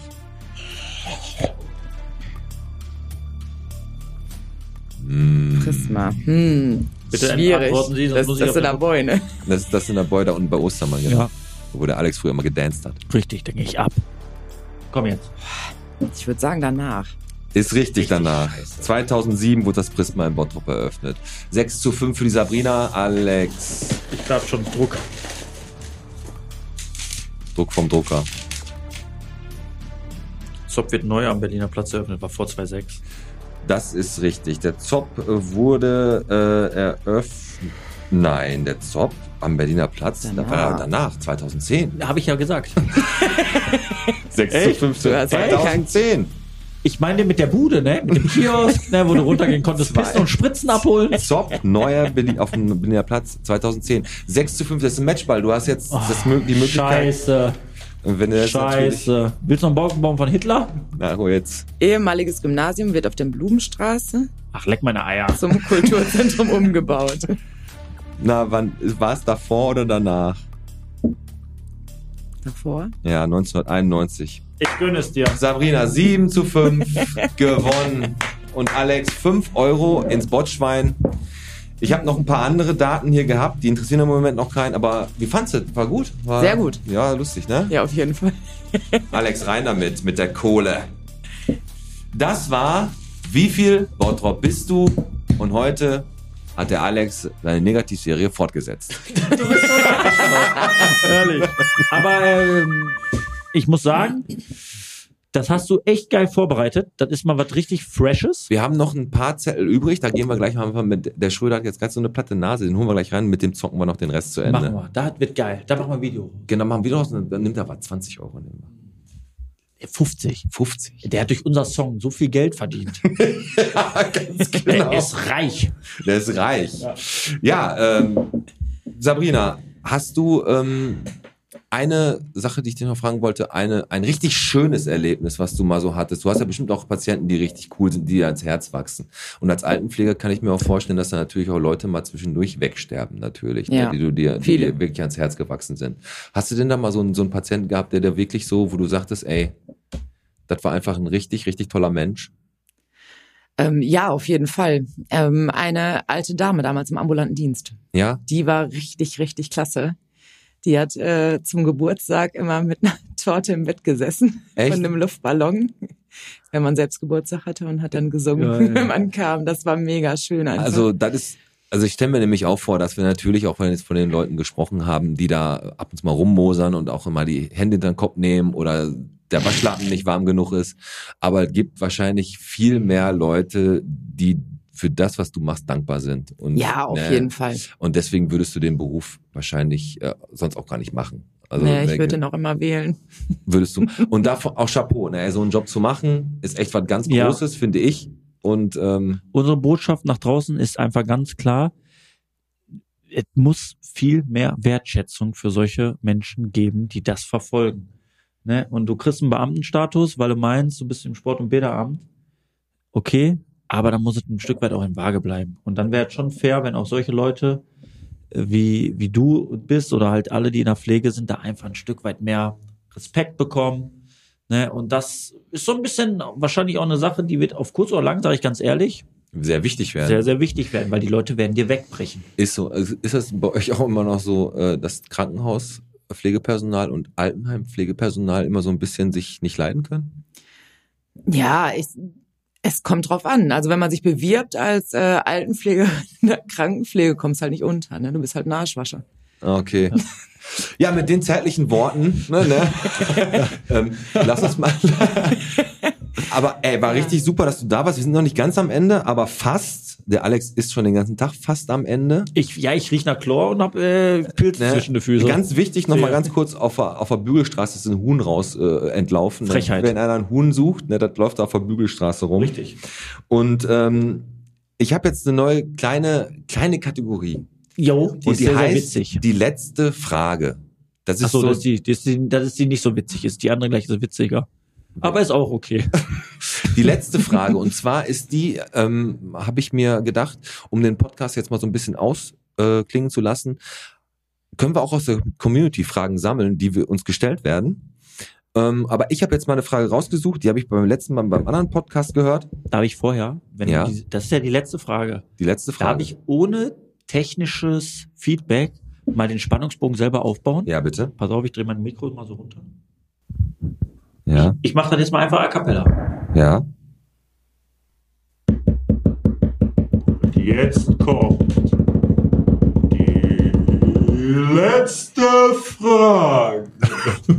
F: Prisma. Hm.
A: Bitte
F: Schwierig.
A: antworten Sie, sonst
F: das,
A: muss ich
F: das
A: auf
F: sind
A: der-
F: dabei, ne?
B: Das ist das in der Boy da unten bei Ostermann, genau.
A: Ja.
B: Wo der Alex früher immer gedanced hat.
A: Richtig, denke ich ab. Komm jetzt.
F: Ich würde sagen danach.
B: Ist richtig, danach. 2007 wurde das Prisma in Bottrop eröffnet. 6 zu 5 für die Sabrina. Alex.
A: Ich glaube schon Druck.
B: Druck vom Drucker.
A: Zopf wird neu am Berliner Platz eröffnet, war vor 2.6.
B: Das ist richtig. Der Zop äh, wurde äh, eröffnet. Nein, der Zop am Berliner Platz. Danach. Da war er
F: Danach.
B: danach, 2010.
A: Habe ich ja gesagt.
B: 6
A: Echt?
B: 15.
F: Du hast ja
B: 2010.
A: Ich meine mit der Bude, ne? Mit dem Kiosk, ne? wo du runtergehen konntest, Pisten und Spritzen abholen.
B: Zop, neuer Berlin, auf dem Berliner Platz 2010. 6 zu 5, das ist ein Matchball. Du hast jetzt das, mö- die Möglichkeit.
A: Scheiße,
B: Und wenn du jetzt natürlich-
A: scheiße. Willst du noch einen Balkenbaum von Hitler?
B: Na, ruhe jetzt.
F: Ehemaliges Gymnasium wird auf der Blumenstraße
A: Ach, leck meine Eier. [laughs]
F: zum Kulturzentrum umgebaut.
B: Na, wann war es davor oder danach?
F: Davor?
B: Ja, 1991.
A: Ich gönne es dir.
B: Sabrina 7 zu
F: [laughs]
B: 5 gewonnen. Und Alex 5 Euro ins Botschwein. Ich habe noch ein paar andere Daten hier gehabt, die interessieren im Moment noch keinen, aber wie fandst du? War gut? War,
F: Sehr gut.
B: Ja, lustig, ne?
F: Ja, auf jeden Fall.
B: Alex rein damit, mit der Kohle. Das war Wie viel Bottrop bist du? Und heute hat der Alex seine Negativserie fortgesetzt.
A: Ehrlich. [laughs] Aber ähm, ich muss sagen, das hast du echt geil vorbereitet. Das ist mal was richtig Freshes.
B: Wir haben noch ein paar Zettel übrig, da gehen wir gleich mal mit. Der Schröder hat jetzt gerade so eine platte Nase, den holen wir gleich rein, mit dem zocken wir noch den Rest zu Ende.
A: Machen wir. Da wird geil. Da machen wir ein Video.
B: Genau, machen wir noch, dann nimmt er was, 20 Euro nehmen wir.
A: 50. [laughs]
B: 50.
A: Der hat durch unser Song so viel Geld verdient.
B: Ganz [laughs]
A: Der ist reich.
B: Der ist reich. Ja, ähm, Sabrina, hast du ähm, eine Sache, die ich dir noch fragen wollte, eine, ein richtig schönes Erlebnis, was du mal so hattest? Du hast ja bestimmt auch Patienten, die richtig cool sind, die dir ans Herz wachsen. Und als Altenpfleger kann ich mir auch vorstellen, dass da natürlich auch Leute mal zwischendurch wegsterben, natürlich,
F: Ja.
B: ne, die du dir, die
F: Viele.
B: dir wirklich ans Herz gewachsen sind. Hast du denn da mal so einen, so einen Patienten gehabt, der der wirklich so, wo du sagtest, ey, das war einfach ein richtig, richtig toller Mensch?
F: Ähm, ja, auf jeden Fall. Ähm, eine alte Dame damals im ambulanten Dienst.
B: Ja?
F: Die war richtig, richtig klasse. Die hat äh, zum Geburtstag immer mit einer [laughs] Torte im Bett gesessen
B: Echt?
F: und einem Luftballon, wenn man selbst Geburtstag hatte und hat dann gesungen,
A: Geil.
F: wenn man kam. Das war mega schön. Einfach.
B: Also das ist, also ich stelle mir nämlich auch vor, dass wir natürlich auch wenn wir jetzt von den Leuten gesprochen haben, die da ab und zu mal rummosern und auch immer die Hände hinter den Kopf nehmen oder der Waschlappen nicht warm genug ist. Aber es gibt wahrscheinlich viel mehr Leute, die für das, was du machst, dankbar sind. Und,
F: ja, auf
B: ne,
F: jeden Fall.
B: Und deswegen würdest du den Beruf wahrscheinlich äh, sonst auch gar nicht machen. Also
F: nee, Ne, ich
B: wer-
F: würde den auch immer wählen.
B: würdest du. Und davon auch Chapeau. Ne, so einen Job zu machen, ist echt was ganz
A: Ja.
B: Großes, finde ich. Und ähm,
A: Unsere Botschaft nach draußen ist einfach ganz klar. Es muss viel mehr Wertschätzung für solche Menschen geben, die das verfolgen. Ne? Und du kriegst einen Beamtenstatus, weil du meinst, du bist im Sport- und Bäderamt. Okay, aber dann muss es ein Stück weit auch in Waage bleiben. Und dann wäre es schon fair, wenn auch solche Leute äh, wie, wie du bist oder halt alle, die in der Pflege sind, da einfach ein Stück weit mehr Respekt bekommen. Ne? Und das ist so ein bisschen wahrscheinlich auch eine Sache, die wird auf kurz oder lang, sage ich ganz ehrlich,
B: sehr wichtig werden.
A: sehr, sehr wichtig werden, weil die Leute werden dir wegbrechen.
B: Ist so, also ist das bei euch auch immer noch so, äh, dass Krankenhauspflegepersonal und Altenheimpflegepersonal immer so ein bisschen sich nicht leiden können?
F: Ja, ich, es kommt drauf an. Also wenn man sich bewirbt als äh, Altenpflege, [laughs] Krankenpflege, kommst halt nicht unter. Ne? Du bist halt ein Arschwascher.
B: Ah, Okay. Ja, mit den zärtlichen Worten, ne, [laughs] ne? ähm, lass uns [laughs] mal. aber ey, war richtig super, dass du da warst. Wir sind noch nicht ganz am Ende, aber fast. Der Alex ist schon den ganzen Tag fast am Ende.
A: Ich, ja, ich riech nach Chlor und hab äh, Pilze
B: Ne?
A: zwischen den Füßen.
B: Ganz wichtig, nochmal ganz kurz, auf der, auf der Bügelstraße ist ein Huhn raus äh, entlaufen. ne?
A: Frechheit.
B: Wenn einer ein Huhn sucht, ne, das läuft da auf der Bügelstraße rum.
A: Richtig.
B: Und ähm, ich habe jetzt eine neue kleine kleine Kategorie
A: Jo, die
B: und
A: ist
B: die
A: sehr, sehr
B: heißt
A: witzig.
B: die letzte Frage. Das ist
A: Ach so,
B: so
A: dass die, dass die, dass die nicht so witzig ist. Die andere gleich ist witziger. Aber ist auch
B: [laughs]
A: okay.
B: die letzte Frage und zwar ist die ähm, habe ich mir gedacht, um den Podcast jetzt mal so ein bisschen ausklingen äh, klingen zu lassen, können wir auch aus der Community Fragen sammeln, die wir uns gestellt werden. Ähm, aber ich habe jetzt mal eine Frage rausgesucht, die habe ich beim letzten Mal beim anderen Podcast gehört.
A: Darf ich vorher? Wenn
B: Ja.
A: die, das ist ja die letzte Frage.
B: Die letzte Frage.
A: Darf ich ohne technisches Feedback mal den Spannungsbogen selber aufbauen?
B: Ja, bitte.
A: Pass auf, ich drehe mein Mikro mal so runter.
B: Ja,
A: Ich mache das jetzt mal einfach a cappella.
B: ja.
A: Jetzt kommt die letzte Frage.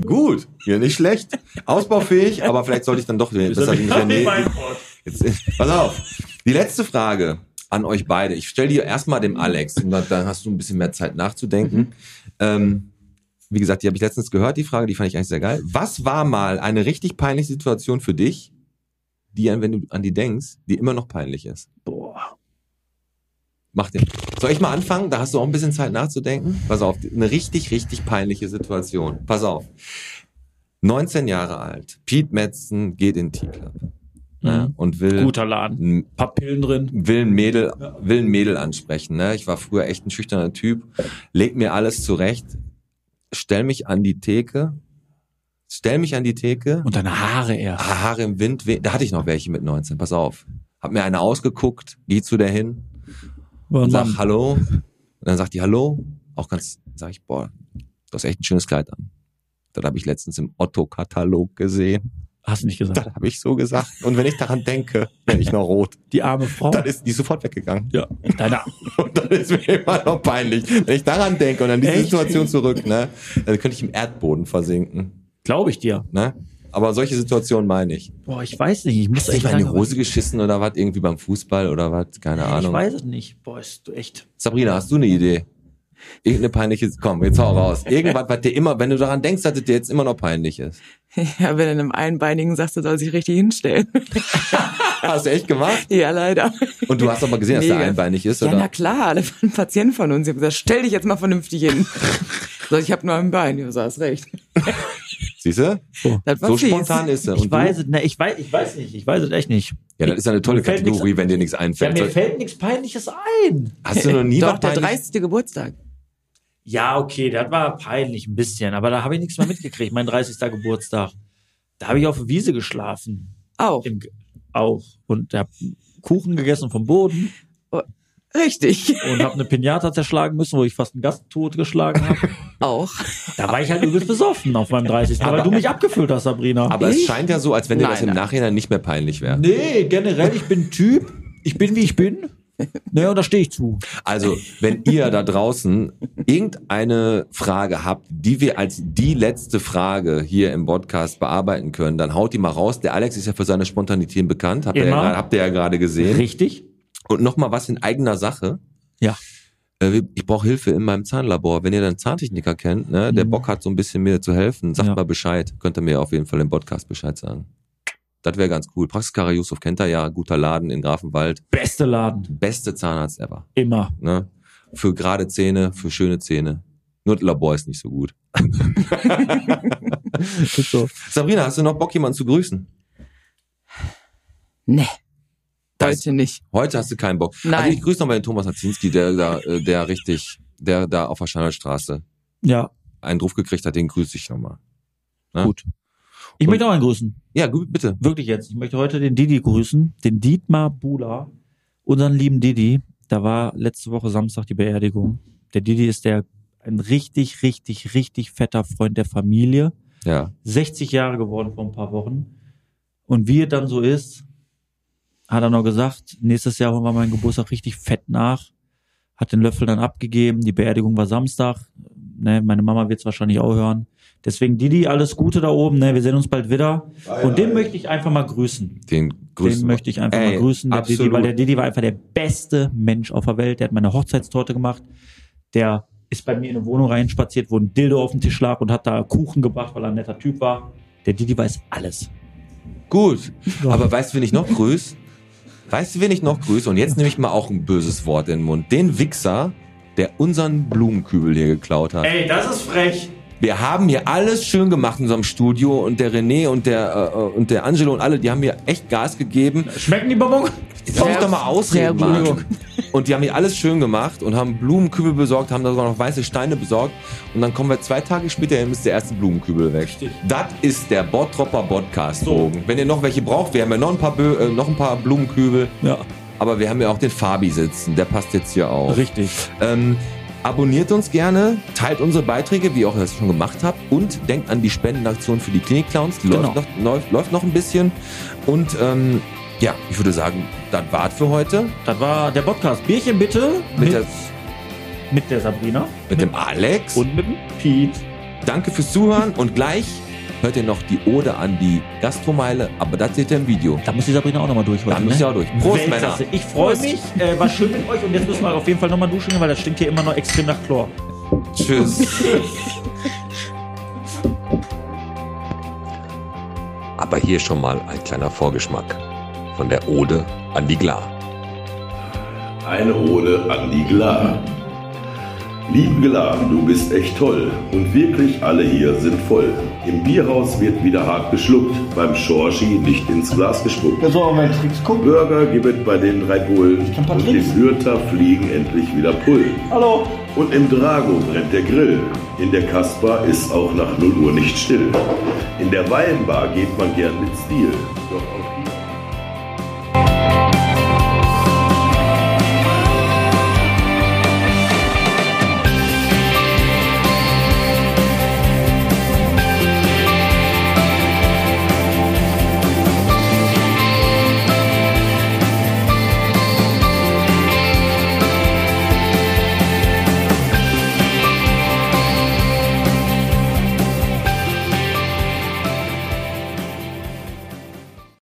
B: Gut, ja, nicht schlecht. Ausbaufähig, aber vielleicht sollte ich dann doch. Das habe ich nicht erledigt. Jetzt, pass auf. Die letzte Frage an euch beide. Ich stelle dir erstmal dem Alex und dann, dann hast du ein bisschen mehr Zeit nachzudenken. Ähm, wie gesagt, die habe ich letztens gehört, die Frage, die fand ich eigentlich sehr geil. Was war mal eine richtig peinliche Situation für dich, die, an- wenn du an die denkst, die immer noch peinlich ist?
A: Boah.
B: Mach den. Soll ich mal anfangen? Da hast du auch ein bisschen Zeit nachzudenken. Pass auf, eine richtig, richtig peinliche Situation. Pass auf. 19 Jahre alt. Pete Metzen geht in den T-Club. Ne?
A: Mhm.
B: Und will,
A: Guter Laden.
B: n-
A: Paar Pillen drin.
B: will, ein Mädel, will ein Mädel ansprechen. Ne? Ich war früher echt ein schüchterner Typ. Leg mir alles zurecht. Stell mich an die Theke. Stell mich an die Theke.
A: Und deine Haare erst.
B: Ah, Haare im Wind, weh- da hatte ich noch welche mit 19, pass auf. Hab mir eine ausgeguckt, geh zu der hin,
A: Oh
B: und sag Hallo. Und dann sagt die Hallo. Auch ganz, sag ich, boah, du hast echt ein schönes Kleid an. Das habe ich letztens im Otto-Katalog gesehen.
A: Hast du nicht
B: Das
A: gesagt.
B: habe ich so gesagt. Und wenn ich daran denke, wenn ich noch rot,
A: Die arme Frau.
B: dann ist die sofort weggegangen. [laughs]
A: ja. Deine,
B: Und dann ist mir immer noch peinlich. Wenn ich daran denke und an diese
A: Echt?
B: Situation zurück, ne, dann könnte ich im Erdboden versinken.
A: glaube ich dir.
B: Ne? Aber solche Situationen meine ich.
A: Boah, ich weiß nicht. Ich muss
B: Hast du
A: echt
B: nicht mal in die
F: Also
A: lange-
B: Hose geschissen oder was? Irgendwie beim Fußball oder was? Keine Ahnung.
A: Ich weiß es nicht. Boah, ist du echt.
B: Sabrina, hast du eine Idee? Irgendeine peinliche, komm, jetzt hau raus. Irgendwas, was dir immer, wenn du daran denkst, dass es dir jetzt immer noch peinlich ist.
F: Ja, wenn du einem Einbeinigen sagst, der soll sich richtig hinstellen. [laughs]
B: Hast du echt gemacht?
F: ja, leider.
B: Und du hast aber gesehen, dass der
F: Mega.
B: einbeinig ist,
F: Ja,
B: oder?
F: na klar, da war ein Patient von uns. Ich hab gesagt, stell dich jetzt mal vernünftig
B: [laughs]
F: hin. so, ich habe nur ein Bein. Ja, so hast recht.
B: Siehst du?
F: Das war
B: So
F: fies.
B: spontan ist er.
A: Ich
B: Und
A: weiß
B: du?
A: es, ne, ich weiß, ich weiß nicht. Ich weiß es echt nicht.
B: Ja, das ist ja eine tolle
A: Mir fällt
B: Kategorie,
A: nichts-
B: wenn dir nichts
A: Ja, mir
B: einfällt.
A: fällt nichts Peinliches ein.
B: hast du noch nie
F: Doch,
B: was
F: der
B: peinlich-
F: 30. Geburtstag.
A: Ja, okay, das war peinlich ein bisschen, aber da habe ich nichts mehr mitgekriegt. Mein 30. Geburtstag. Da habe ich auf der Wiese geschlafen.
F: Auch.
A: Im, Ge- auch. Und habe Kuchen gegessen vom Boden
F: Richtig.
A: und habe eine Pinata zerschlagen müssen, wo ich fast einen Gast totgeschlagen habe.
F: Auch.
A: Da war ich halt übelst besoffen auf meinem 30.
B: Aber-
A: weil du mich abgefüllt hast, Sabrina.
B: Aber es
F: Ich?
B: scheint ja so, als wenn dir das
F: Nein,
B: im
F: nein.
B: Nachhinein nicht mehr peinlich wäre.
A: Nee, generell, ich bin Typ. Ich bin, wie ich bin. Naja, und da stehe ich zu.
B: Also, wenn ihr da draußen irgendeine Frage habt, die wir als die letzte Frage hier im Podcast bearbeiten können, dann haut die mal raus. Der Alex ist ja für seine Spontanität bekannt, habt, ihr ja,
A: Immer.
B: gerade- habt ihr ja gerade gesehen.
A: Richtig?
B: Und nochmal was in eigener Sache.
A: Ja.
B: Äh, Ich brauche Hilfe in meinem Zahnlabor. Wenn ihr dann Zahntechniker kennt, ne, der
A: Mhm.
B: Bock hat, so ein bisschen mir zu helfen, sagt
A: Ja.
B: mal Bescheid. Könnt ihr mir auf jeden Fall im Podcast Bescheid sagen. Das wäre ganz cool. Praxis Kara Yusuf kennt er ja, guter Laden in Grafenwald.
A: Beste Laden.
B: Beste Zahnarzt ever
A: Immer.
B: ne? Für gerade Zähne, für schöne Zähne. Nur das Labor ist nicht
A: [laughs]
B: so gut. [laughs] Sabrina, hast du noch Bock, jemanden zu grüßen?
F: [laughs] Nee.
B: Das-
F: Heute nicht.
B: Heute hast du keinen Bock. Also
F: Nein.
B: ich grüße nochmal den Thomas Hazinski, der da, äh, der richtig, der da auf der Schandelstraße
A: Ja.
B: einen Ruf gekriegt hat, den grüße ich nochmal.
A: Gut. Ich möchte auch einen grüßen.
B: Ja, gut, bitte.
A: wirklich jetzt. Ich möchte heute den Didi grüßen, den Dietmar Bula, unseren lieben Didi. Da war letzte Woche Samstag die Beerdigung. Der Didi ist der ein richtig, richtig, richtig fetter Freund der Familie.
B: Ja.
A: 60 Jahre geworden vor ein paar Wochen. Und wie es dann so ist, hat er noch gesagt, nächstes Jahr holen wir meinen Geburtstag richtig fett nach. Hat den Löffel dann abgegeben. Die Beerdigung war Samstag. Ne, meine Mama wird es wahrscheinlich auch hören. Deswegen Didi, alles Gute da oben. Ne, wir sehen uns bald wieder. Und den möchte ich einfach mal grüßen.
B: Den grüßen.
A: den
B: wir.
A: möchte ich einfach
B: Ey,
A: mal grüßen. Der
B: absolut.
A: Didi, weil der Didi war einfach der beste Mensch auf der Welt. Der hat meine Hochzeitstorte gemacht. Der ist bei mir in eine Wohnung reinspaziert, wo ein Dildo auf dem Tisch lag und hat da Kuchen gebracht, weil er ein netter Typ war. Der Didi weiß alles.
B: Gut. Aber weißt du, wen ich noch grüße? Weißt du, wen ich noch grüße? Und jetzt nehme ich mal auch ein böses Wort in den Mund. Den Wichser, der unseren Blumenkübel hier geklaut hat.
A: Ey, das ist frech.
B: Wir haben hier alles schön gemacht in unserem Studio und der René und der, äh, und der Angelo und alle, die haben hier echt Gas gegeben.
A: Schmecken die Bonbons?
B: Jetzt lass mich doch mal
F: sehr
B: ausreden,
F: gut.
B: Mann. Und die haben hier alles schön gemacht und haben Blumenkübel besorgt, haben da sogar noch weiße Steine besorgt. Und dann kommen wir zwei Tage später hin, ist der erste Blumenkübel weg.
A: Richtig.
B: Das ist der Bottropper Podcast, Bogen. Wenn ihr noch welche braucht, wir haben ja noch ein paar, Bö äh, noch ein paar Blumenkübel.
A: Ja,
B: Aber wir haben ja auch den Fabi sitzen, der passt jetzt hier auch.
A: richtig.
B: Ähm, abonniert uns gerne, teilt unsere Beiträge, wie auch ihr das schon gemacht habt. Und denkt an die Spendenaktion für die Klinik-Clowns. Die
A: Genau.
B: läuft, noch, läuft, läuft noch ein bisschen. Und ähm, ja, ich würde sagen, das war's für heute.
A: Das war der Podcast. Bierchen bitte
B: Mit, der,
A: mit der Sabrina
B: mit dem Alex.
A: und mit dem Pete.
B: danke fürs Zuhören. Und gleich hört ihr noch die Ode an die Gastromeile. Aber das seht ihr im Video.
A: Da muss die Sabrina auch nochmal durch heute.
B: Da müsst ihr auch durch. Prost,
A: ne? Weltklasse.
B: Männer.
A: Ich freue mich. Äh, war schön mit euch. Und jetzt müssen wir auf jeden Fall nochmal duschen, gehen, weil das stinkt hier immer noch extrem nach Chlor.
B: Tschüss.
G: Aber hier schon mal ein kleiner Vorgeschmack von der Ode an die Glar.
C: Eine Ode an die Glar. Liebe Glar, du bist echt toll und wirklich alle hier sind voll. Im Bierhaus wird wieder hart geschluckt, beim Schorschi nicht ins Glas gespuckt.
H: Ja, so, aber mein Tricks, guck.
C: Burger gibt es bei den drei Bullen
H: Ich kann ein paar
C: und
H: Tricks.
C: dem Hürter fliegen endlich wieder Pullen.
H: Hallo.
C: Und im Drago brennt der Grill. In der Kasper ist auch nach 0 Uhr nicht still. In der Weinbar geht man gern mit Stil. Doch auch